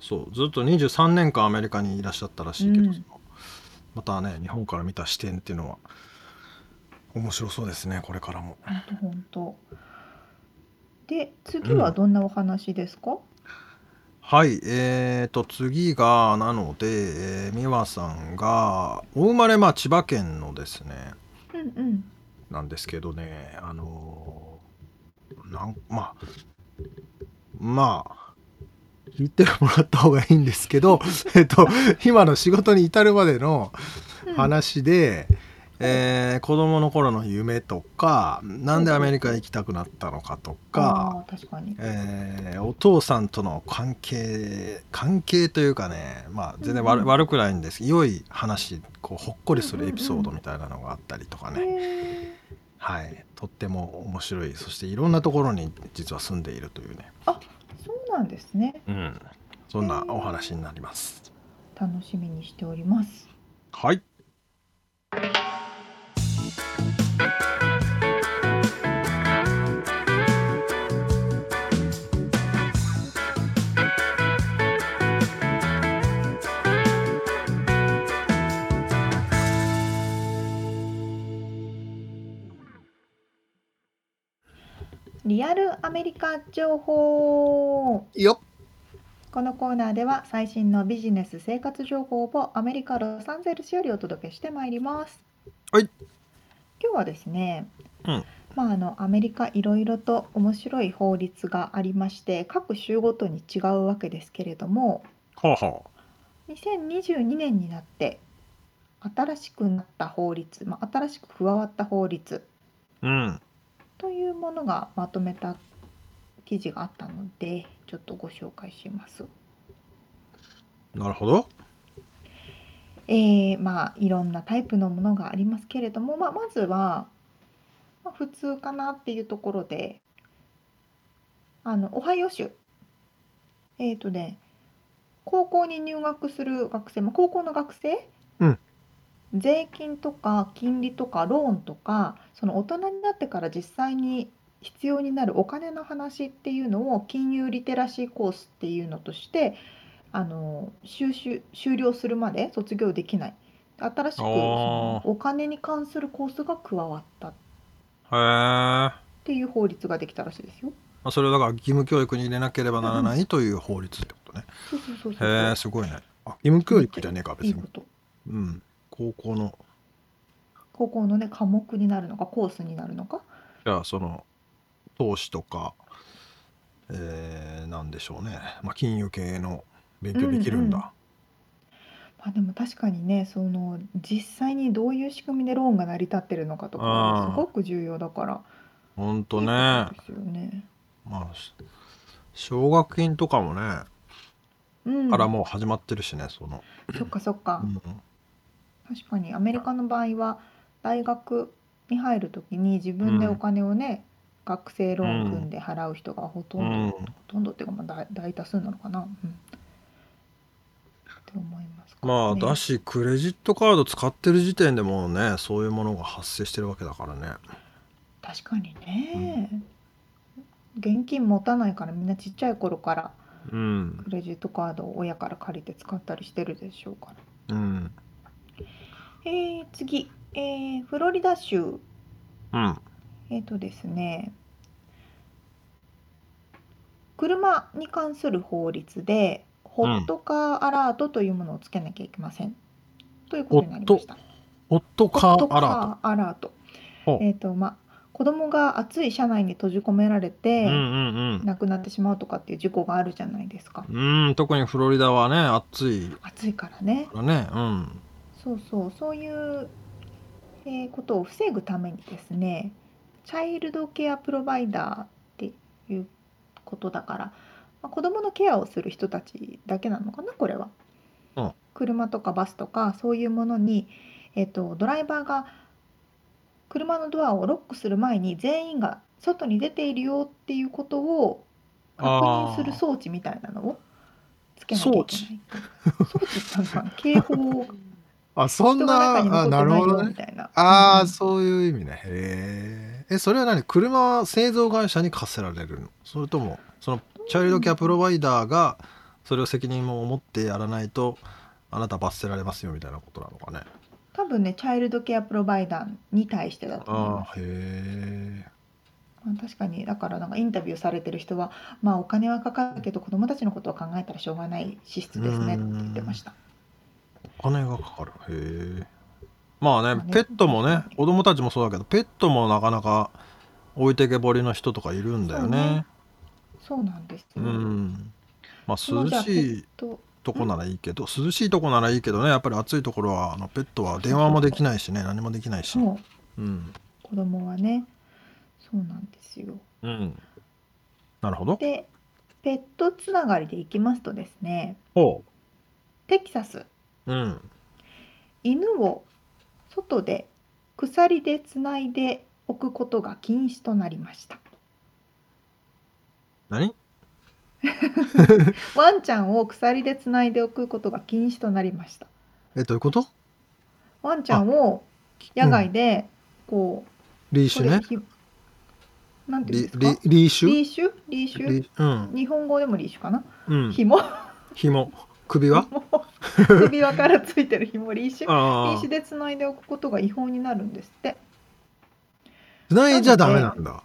C: そうずっと23年間アメリカにいらっしゃったらしいけど、
A: うん
C: そのまたね日本から見た視点っていうのは面白そうですねこれからも。
A: 本当本当で次はどんなお話ですか、
C: はいえー、と次がなので、えー、美和さんがお生まれ、まあ、千葉県のですね
A: うん、うん
C: なんですけどねあのーなんまあまあ聞いてもらった方がいいんですけど えっと今の仕事に至るまでの
A: うん
C: 話で、えー子供の頃の夢とかなんでアメリカ行きたくなったのかとか、
A: あー確かに
C: えーお父さんとの関係関係というかねまあ全然悪,、悪くないんです良い話こうほっこりするエピソードみたいなのがあったりとかね、
A: へー
C: はい、とっても面白いそしていろんなところに実は住んでいるというね、
A: そうなんですね
C: うん、そんなお話になります。
A: 楽しみにしております
C: はい
A: リアルアメリカ情報
C: よ
A: このコーナーでは最新のビジネス生活情報をアメリカ・ロサンゼルスよりお届けしてまいります。
C: はい。
A: 今日はですね、
C: うん
A: まああのアメリカいろいろと面白い法律がありまして各州ごとに違うわけですけれども
C: はあは
A: 2022年になって新しくなった法律、まあ、新しく加わった法律
C: あうん
A: というものがまとめた記事があったのでちょっとご紹介します。
C: なるほど
A: えーまあいろんなタイプのものがありますけれども、まあ、まずは、まあ、普通かなっていうところであのオハイオ州えっ、とね高校に入学する学生、まあ、高校の学生、
C: うん
A: 税金とか金利とかローンとかその大人になってから実際に必要になるお金の話っていうのを金融リテラシーコースっていうのとしてあの修習終了するまで卒業できない新しくそ
C: あー
A: のお金に関するコースが加わったっ
C: へえ、ま
A: ていう法律ができたらしいですよ。
C: あ、それをだから義務教育に入れなければならないという法律ってことね
A: そうそうそうそう
C: へえすごいねあ義務教育じゃねえか別
A: いい
C: に
A: こと
C: うん高校の
A: 高校のね科目になるのかコースになるのか
C: じゃあその投資とかえー、なんでしょうねまあ金融系の勉強できるんだ、
A: まあでも確かにねその実際にどういう仕組みでローンが成り立ってるのかとか
C: うん
A: すごく重要だから
C: ほんと
A: いい
C: ね
A: こ
C: ま
A: とですよね。
C: あし奨学金とかもね、
A: うん、
C: からもう始まってるしねその、
A: そっかそっか、
C: うん
A: 確かにアメリカの場合は大学に入るときに自分でお金をね、学生ローン組んで払う人がほとんど、
C: うん
A: ほとんどっていうかまあ大大多数なのかな、うん、って思いますか、
C: まあ
A: ね
C: だしクレジットカード使ってる時点でもうねそういうものが発生してるわけだからね
A: 確かにね、現金持たないからみんなちっちゃい頃から
C: うん
A: クレジットカードを親から借りて使ったりしてるでしょうから。
C: うん
A: えー次、えーフロリダ州
C: うん
A: えっ、とですね、車に関する法律で、ホットカーアラートというものをつけなきゃいけません。ということになりました。
C: ホット
A: ホ
C: カ
A: ット
C: ー
A: カ
C: アラー
A: ーアラート。
C: ほう
A: えっ、と、まあ、子供が暑い車内に閉じ込められ
C: ト
A: て、
C: うんうん
A: 亡くなってしまうとかっていう事故があるじゃないですか。
C: うんうん特にフロリダはね暑いか
A: 暑いからね。
C: らねうん
A: そうそう、そういう、えーことを防ぐためにですね、チャイルドケアプロバイダーっていうことだから、まあ、子どものケアをする人たちだけなのかな、これは。
C: うん
A: 車とかバスとかそういうものに、えー、とドライバーが車のドアをロックする前に全員が外に出ているよっていうことを確認する装置みたいなのをつけなきゃいけない。装置ってなんか警報を
F: あそん
A: 人が中に
F: なあな
A: 残
F: る
A: って
F: ほど
A: ないよみ
F: ね
A: たいな。
F: ああ、
A: うん
F: そういう意味ねへええそれは何車は製造会社に課せられるのそれともそのチャイルドケアプロバイダーがそれを責任を持ってやらないとあなた罰せられますよみたいなことなのかね
A: 多分ね、チャイルドケアプロバイダーに対してだと思いま
F: あ
A: す。
F: あへえ
A: まあ確かに、だからなんかインタビューされてる人は、まあお金はかかるけど子供たちのことを考えたらしょうがない資質ですねって言ってました。
C: お金がかかるへえまあ
A: ま
C: ね
A: あね
C: ペットもね子供たちもそうだけどペットもなかなか置いてけぼりの人とかいるんだよね
A: そうなんです
C: う
A: よ。
C: んまあ
A: その
C: 涼しい
A: と
C: とこならいいけど、涼しいとこならいいけどねやっぱり暑いところはあのペットは電話もできないしね何もできないし、
A: そう
C: うん
A: 子供はね、そうなんですよ。
C: うん、なるほど
A: で、ペットつながりでいきますとですね、
C: ほ
A: テキサス
C: う、うん、
A: 犬を外で鎖でつないでおくことが禁止となりました
C: 何
A: ワンちゃんを鎖でつないでおくことが禁止となりました
C: えどういうこと
A: ワンちゃんを野外でこう、
C: リー
A: こ
C: シュ
A: れ
C: ね
A: ひなんていうん
C: リ
A: ですか
C: リリーシュ
A: リーシュリーシュ
C: リーうん
A: 日本語でもリーシュかな、
C: うん
A: 紐
C: 紐首は
A: 首輪からついてる紐リーシュリ
C: あ
A: ーシュでつないでおくことが違法になるんですって
C: あないじゃダメなんだ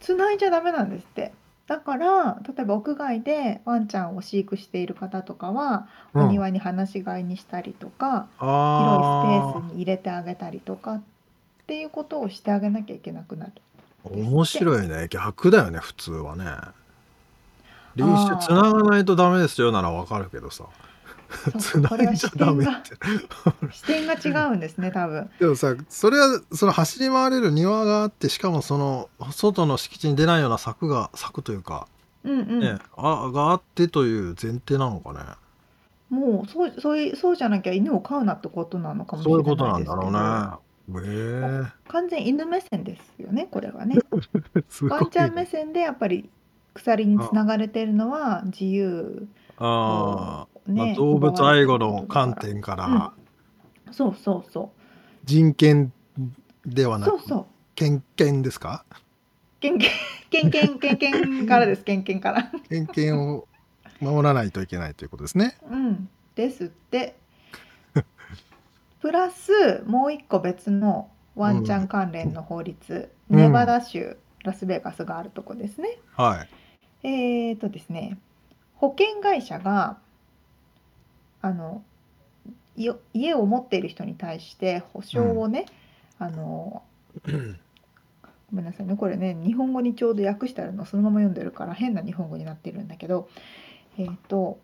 A: つないじゃダメなんですってだから例えば屋外でワンちゃんを飼育している方とかは、
C: うん
A: お庭に放し飼いにしたりとか広いスペ
C: あ
A: ースに入れてあげたりとかっていうことをしてあげなきゃいけなくなる
C: あ面白いね逆だよね普通はねリーシュ繋がないとダメですよならわかるけどさ
A: そう
C: 繋
A: これはい
C: じ
A: 視
C: ゃダ
A: 点
C: メっ
A: が
C: て
A: 視点が違うんですね多分
C: でもさそれはその走り回れる庭があってしかもその外の敷地に出ないような柵が柵というか、
A: うんうん、
C: ねあがあってという前提なのかね
A: もうそうそういそうじゃなきゃ犬を飼うなってことなのかもし
C: そうい
A: れ
C: うこと
A: な
C: ないん
A: です
C: だ
A: け
C: ろ
A: ど
C: うね。
A: 完全犬目線ですよねこれはね
C: えー、 すごい
A: ワンちゃん目線でやっぱり鎖につながれてるのは自由
C: あー、まあ
A: ね
C: 動物愛護
A: 奪わ
C: の
A: れてる
C: 観
A: ことだか
C: 点からら
A: らそうそうそ
C: 人権では
A: う
C: な
A: そう
C: く
A: そう
C: 権権ですか
A: けんけんけんけんけんけんからですけんけんから
C: 権権を守らないといけないということですね。
A: うんですってプラスもう一個別のワンちゃん関連の法律、
C: うん
A: ネバダ州、ラスベガスがあるとこですね
C: はい。
A: えーとですね、保険会社があのよ家を持っている人に対して保証をね、あのごめんなさいねこれね日本語にちょうど訳してあるのをそのまま読んでるから変な日本語になってるんだけど、えー、と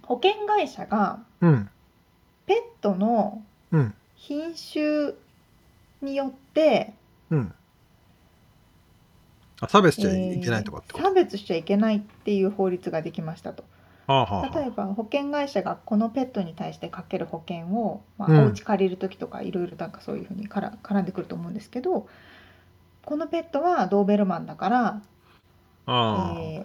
A: 保険会社が
C: うん。
A: ペットの
C: うん
A: 品種によって、
C: うんあ差別しちゃいけないとかって
A: え
C: こ
A: ー
C: と、
A: 差別しちゃいけないっていう法律ができましたと
C: はあはあはあ
A: 例えば保険会社がこのペットに対してかける保険を、まあ
C: うん
A: お家借りる時とかいろいろなんかそういうふうにから絡んでくると思うんですけどこのペットはドーベルマンだから、え
C: ああ、
A: ー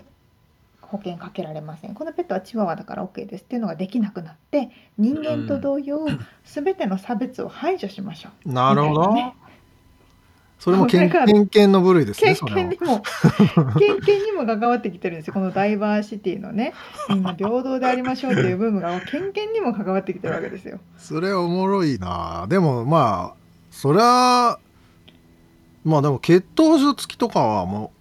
A: 保険かけられませんこのペットはチワワだから OK ですっていうのができなくなって人間と同様、全ての差別を排除しましょう。
C: なるほど、
A: みたいなね
C: それ も偏
A: これが
C: 偏見の部類ですね
A: 経
C: それ
A: 験
C: は
A: にも経験にも関わってきてるんですよこのダイバーシティの ねみんな平等でありましょうっていうブームが経験にも関わってきてるわけですよ。
C: それおもろいなでもまあそりゃまあでも血糖値付きとかはも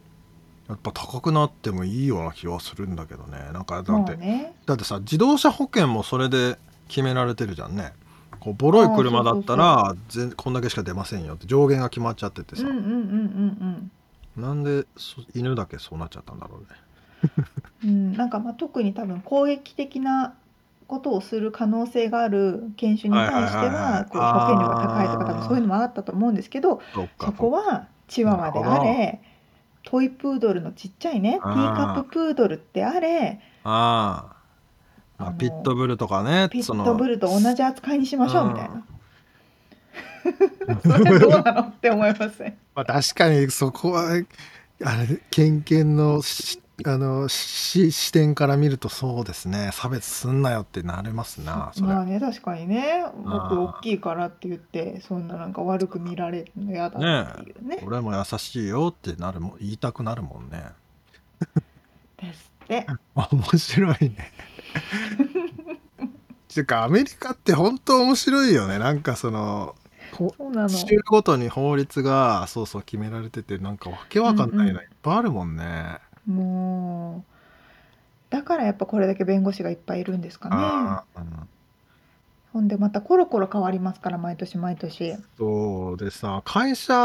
C: うやっぱ高くなってもいいような気はするんだけどねなんかだっ
A: も
C: て、
A: うね
C: だってさ自動車保険もそれで決められてるじゃんねこうボロい車だったら全こんだけしか出ませんよって上限が決まっちゃってて
A: う
C: さ
A: ん、うんうん
C: なんでそ犬だけそうなっちゃったんだろうね
A: うんうんうんなんかまあ特に多分攻撃的なことをする可能性がある犬種に対して
C: はいはいはいはい
A: はこう保険料が高いとか
C: あー
A: 多分そういうのもあったと思うんですけど
C: そっか
A: そこはチワワであ
C: な
A: れトイプードルのちっちゃいねテ
C: あ
A: ィ
C: ー
A: ーカッププードルってあれ
C: ああ、まあ、
A: あの
C: ピットブルとかね
A: ピ
C: そ
A: ッ
C: の
A: トブルと同じ扱いにしましょうみたいな。 そ
C: ん
A: れどうなのって思いません。
C: まあ、確かにそこはあれ県犬のしあのし視点から見るとそうですね差別すんなよってなれますなそれ、
A: まあね確かにね
C: あー
A: 僕大きいからって言ってそんななんか悪く見られるの嫌だっていうね
C: 俺も優しいよってなるもん言いたくなるもんね
A: ですって
C: 面白いね
G: ていうかアメリカって本当面白いよねなんかその
A: そうなの
C: 州ごとに法律がそうそう決められててなんかわけわかんないの、
A: うんうん
C: いっぱいあるもんね
A: もうだからやっぱこれだけ弁護士がいっぱいいるんですかね
C: ああうん
A: ほんでまたコロコロ変わりますから毎年毎年、
C: そうでさ会社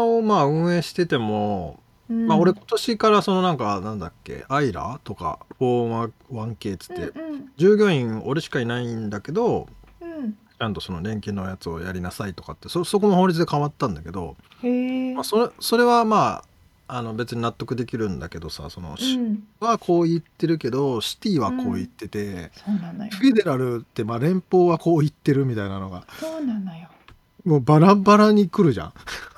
C: をまあ運営してても
A: うん
C: まあ俺今年からそのなんかなんだっけアイラとか 401k っつって、
A: うん
C: 従業員俺しかいないんだけど
A: うん
C: ちゃんとその年金のやつをやりなさいとかってそそこも法律で変わったんだけど、
A: うんへえ
C: まあ、それそれはまああの別に納得できるんだけどさその
A: う
C: 市
A: ん
C: はこう言ってるけどシティはこう言ってて、
A: そうなのよ
C: フェデラルってまあ連邦はこう言ってるみたいなのが
A: そうなのよ
C: もうバラバラに来るじゃ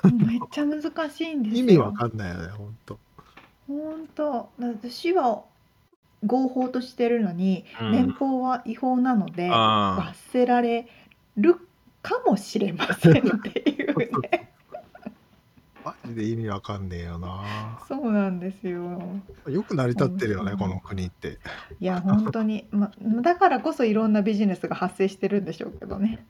C: ん
A: めっちゃ難しいんですよ。
C: 意味わかんないよねほんと。
A: 本当。だって市は合法としてるのに、
C: うん
A: 連邦は違法なので
C: あ
A: 罰せられるかもしれませんっていう ね。
C: マジで意味わかんねえよな
A: そうなんですよ。
C: よく成り立ってるよねこの国って
A: いや本当に、ま、だからこそいろんなビジネスが発生してるんでしょうけどね。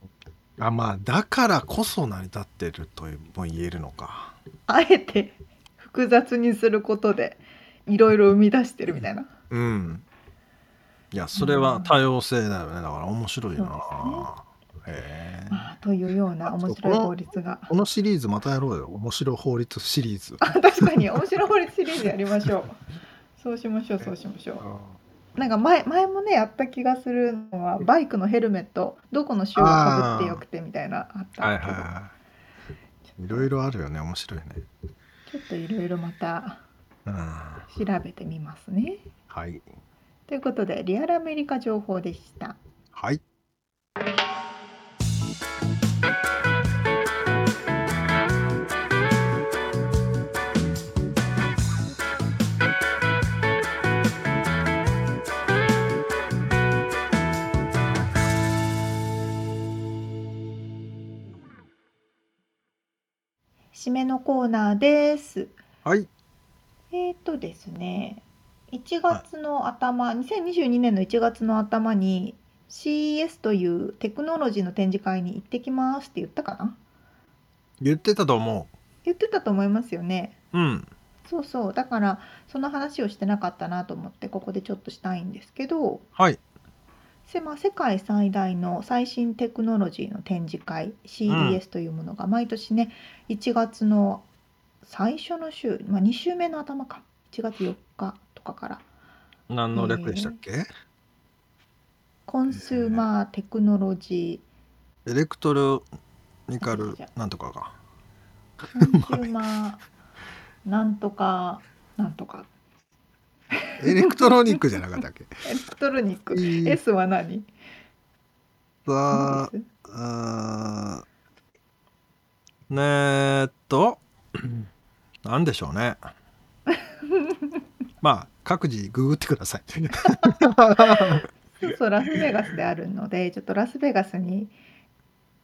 C: あまあだからこそ成り立ってるとも言えるのか
A: あえて複雑にすることでいろいろ生み出してるみたいな。
C: うんいやそれは多様性だよねだから面白いな、へえ
A: まあというような面白い法律が。
C: このシリーズまたやろうよ面白法律シリーズ
A: あ確かに面白い法律シリーズやりましょうそうしましょうそうしましょうなんか前前もねやった気がするのはバイクのヘルメットどこの州がかぶってよくてみたいなあったけど、
C: いいろいろあるよね面白いね
A: ちょっといろいろまた
C: うんは
A: 調べてみますね
C: い
A: ということでリアルアメリカ情報でした
C: はい
A: 締めのコーナーです
C: はい
A: えーとですね、1月の頭、2022年の1月の頭に CES というテクノロジーの展示会に行ってきますって言ったかな
C: 言ってたと思
A: 言ってたと思いますよね。
C: ううん
A: そうそう、だからその話をしてなかったなと思ってここでちょっとしたいんですけど、
C: はい
A: せまあ世界最大の最新テクノロジーの展示会 CES というものが毎年ね、1月の最初の週、まあ、2週目の頭か1月4日とかから
C: 何の略でしたっけ、
A: コンスーマーテクノロジー
C: エレクトロニカルなんとかが
A: コンシューマーなんとかなんとか
C: エレクトロニックじゃなかったっけ
A: エレクトロニック
C: えー
A: S は何
C: さ
A: 何です
C: あうーんねえっとなんでしょうねまあ各自ググってください
A: そうそうラスベガスであるの でちょっとラスベガスに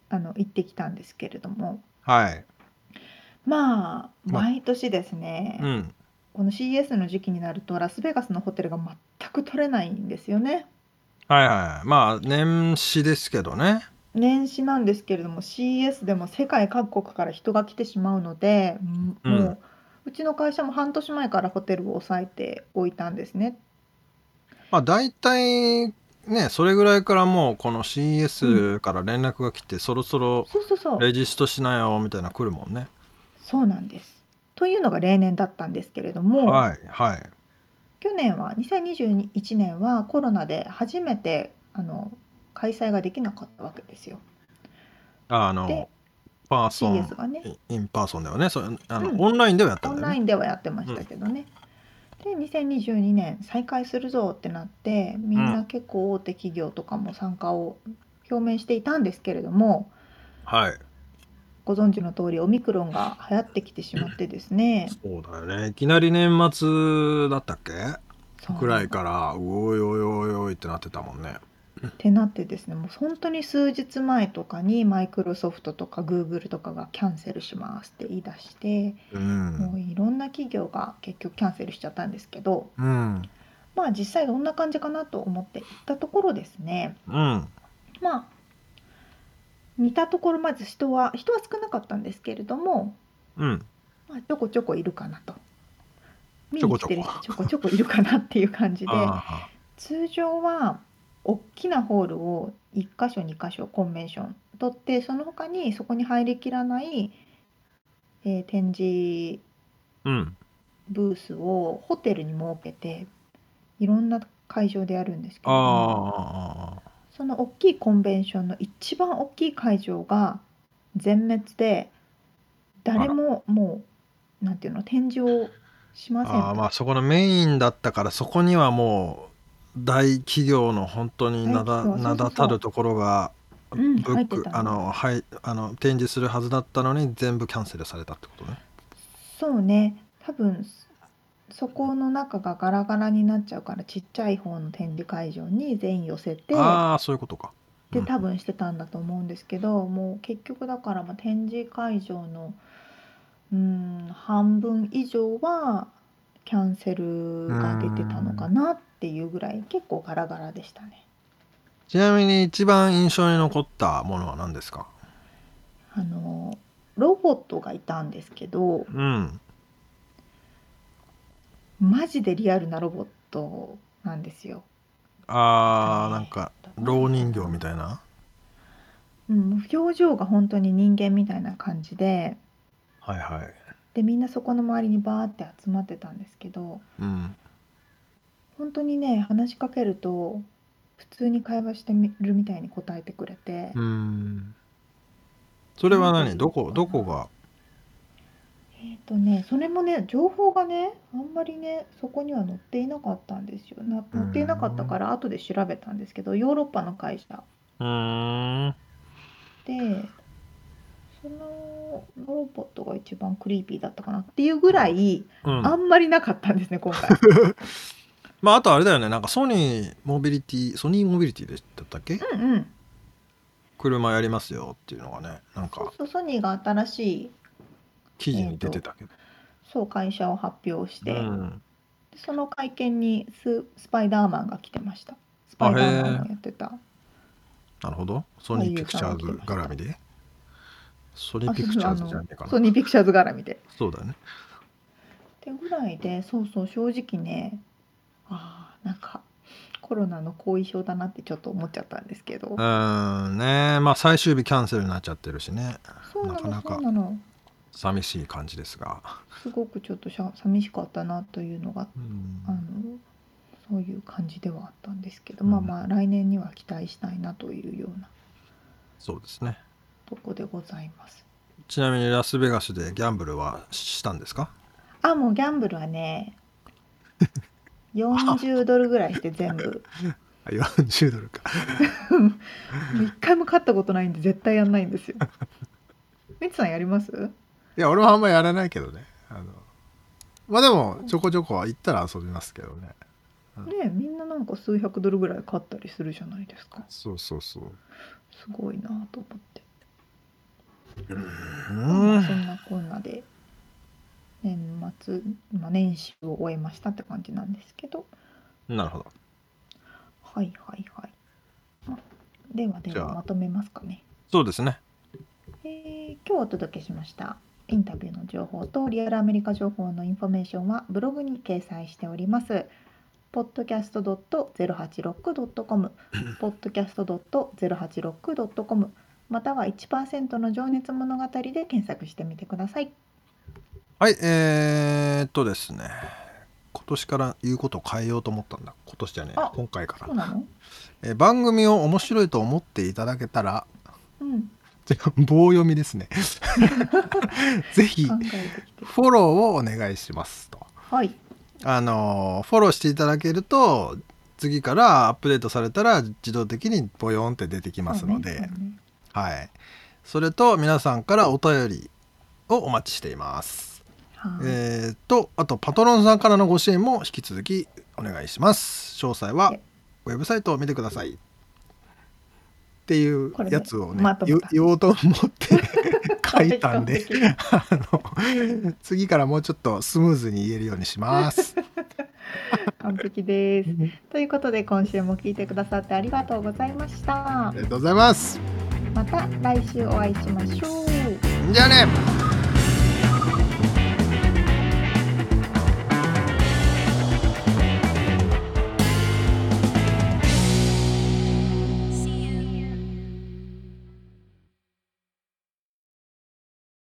A: あの行ってきたんですけれども
C: はい
A: まあ
C: ま
A: 毎年ですね、
C: うん
A: この CS の時期になるとラスベガスのホテルが全く取れないんですよね
C: はいはいまあ年始ですけどね
A: 年始なんですけれども CS でも世界各国から人が来てしまうので、うん
C: うん
A: もううちの会社も半年前からホテルを押さえておいたんですね
C: まあ大体ねそれぐらいからもうこの CS から連絡が来て、そろそろ
A: そうそうそう
C: レジストしなよみたいなの来るもんね
A: そうなんですというのが例年だったんですけれども、
C: はいはい
A: 去年は2021年はコロナで初めてあの開催ができなかったわけですよ
C: あの
A: で
C: パーソン
A: CS がね
C: インパーソンだよねそれあの、
A: うん
C: オンラインではやった
A: オ
C: ん
A: ン
C: だよ
A: ラ
C: ね
A: インではやってましたけどね、で2022年再開するぞってなってみんな結構大手企業とかも参加を表明していたんですけれども
C: はい
A: ご存知の通りオミクロンが流行ってきてしまってですね
C: そうだよねいきなり年末だったっけ
A: そう
C: ぐらいからおいおいおいおいってなってたもんね
A: ってなってですねもう本当に数日前とかにマイクロソフトとかグーグルとかがキャンセルしますって言い出して、
C: う
A: も
C: ん
A: ういろんな企業が結局キャンセルしちゃったんですけど
C: うん
A: まあ実際どんな感じかなと思って行ったところですね
C: うん
A: まあ似たところまず人は人は少なかったんですけれども、
C: うん
A: まあ、ちょこちょこいるかなと見
C: ちょ
A: に
C: こ
A: 来
C: ち
A: て
C: ょこ
A: る人ちょこちょこいるかなっていう感じで
C: あ
A: 通常は大きなホールを1箇所2箇所コンベンション取ってその他にそこに入りきらない、えー展示
C: ーうん
A: ブースをホテルに設けていろんな会場でやるんですけれども
C: あー
A: その大きいコンベンションの一番大きい会場が全滅で誰ももうなんていうの展示をしませんと
C: あーまあそこのメインだったからそこにはもう大企業の本当に
A: 大
C: 名だ
A: 企業
C: 名だたるところが
A: うん
C: ブ
A: 入
C: ッ
A: って
C: ク
A: た
C: あのはいあの展示するはずだったのに全部キャンセルされたってことね
A: そうね多分そそこの中がガラガラになっちゃうからちっちゃい方の展示会場に全員寄せて
C: ああそういうことか
A: で
C: うん
A: 多分してたんだと思うんですけどもう結局だからまあ展示会場のうん半分以上はキャンセルが出てたのかなっていうぐらい結構ガラガラでしたね。
C: ちなみに一番印象に残ったものは何ですか
A: あのロボットがいたんですけど
C: うん
A: マジでリアルなロボットなんですよ。
C: あーなんか老人形みたいな
A: うん、表情が本当に人間みたいな感じで
C: はいはい
A: でみんなそこの周りにバーって集まってたんですけど
C: うん
A: 本当にね話しかけると普通に会話してみるみたいに答えてくれて、
C: うんそれは何どこどこが
A: えっ、とねそれもね情報がねあんまりねそこには載っていなかったんですよな
C: うん
A: 載っていなかったから後で調べたんですけどヨーロッパの会社
C: うーん
A: でそのロボットが一番クリーピーだったかなっていうぐらい、
C: うん
A: あんまりなかったんですね今 回。
C: まああとあれだよねなんかソニーモビリティソニーモビリティでだったっけ
A: うんうん
C: 車やりますよっていうのがねなん
A: そう
C: か
A: そうソニーが新しい
C: 記事に出てたけど、
A: そう会社を発表して、
C: うん
A: でその会見にススパイダーマンが来てましたスパイダーマンをやってた
C: なるほどソニーピクチャーズ絡みでソニーピクチャーズじゃねえか
A: あ
C: な
A: ソニーピクチャーズ絡みで
C: そうだよね
A: ってぐらいでそうそう正直ねあーなんかコロナの後遺症だなってちょっと思っちゃったんですけど
C: うーんねまあ最終日キャンセルになっちゃってるしね
A: そうな
C: なかな
A: の
C: か
A: そうなの
C: 寂しい感じですが、
A: すごくちょっとしゃ寂しかったなというのが
C: うん
A: あのそういう感じではあったんですけど、
C: うん
A: まあまあ来年には期待したいなというような
C: そうですね
A: とこでございます。
C: ちなみにラスベガスでギャンブルはしたんですか
A: あ、もうギャンブルはね、40ドルぐらいして全部。
C: あ40ドルか
A: もう一回も勝ったことないんで絶対やんないんですよ。みつさんやります
C: いや俺はあんまやらないけどねあのまあでもちょこちょこは行ったら遊びますけどね
A: ねみんななんか数百ドルぐらい買ったりするじゃないですか
C: そうそうそう
A: すごいなと思って、
C: う
A: ま
C: ん
A: あそんなこんなで年末、まあ、年始を終えましたって感じなんですけど
C: なるほど
A: はいはいはい、まあではで
C: じゃ
A: は
C: あ
A: まとめますかね、
C: そうですね
A: えー今日お届けしましたインタビューの情報とリアルアメリカ情報のインフォメーションはブログに掲載しております。podcast.086.com podcast.086.com または1%の情熱物語で検索してみてください。
C: はいえー、っとですね今年から言うことを変えようと思ったんだ今年じゃねえ
A: あ
C: 今回か
A: そ
C: ら
A: うなの？
C: えー番組を面白いと思っていただけたら
A: うん。
C: 違う 棒読 みですねぜひ
A: 考えてきて。
C: フォローをお願いしますと
A: はい。
C: あのフォローしていただけると次からアップデートされたら自動的にボヨンって出てきますので、
A: そうねそうね
C: はいそれと皆さんからお便りをお待ちしています、
A: はい
C: えー、とあとパトロンさんからのご支援も引き続きお願いします詳細は
A: え
C: ウェブサイトを見てくださいっていう
A: これね
C: やつをね
A: まとめ
C: 言
A: た
C: 言おうと思って 書いたんで
A: 完璧完
C: あの次からもうちょっとスムーズに言えるように します。
A: 完璧です。ということで今週も聞いてくださってありがとうございました
C: あり。がとうございます。
A: また来週お会いしましょう。
C: じゃあね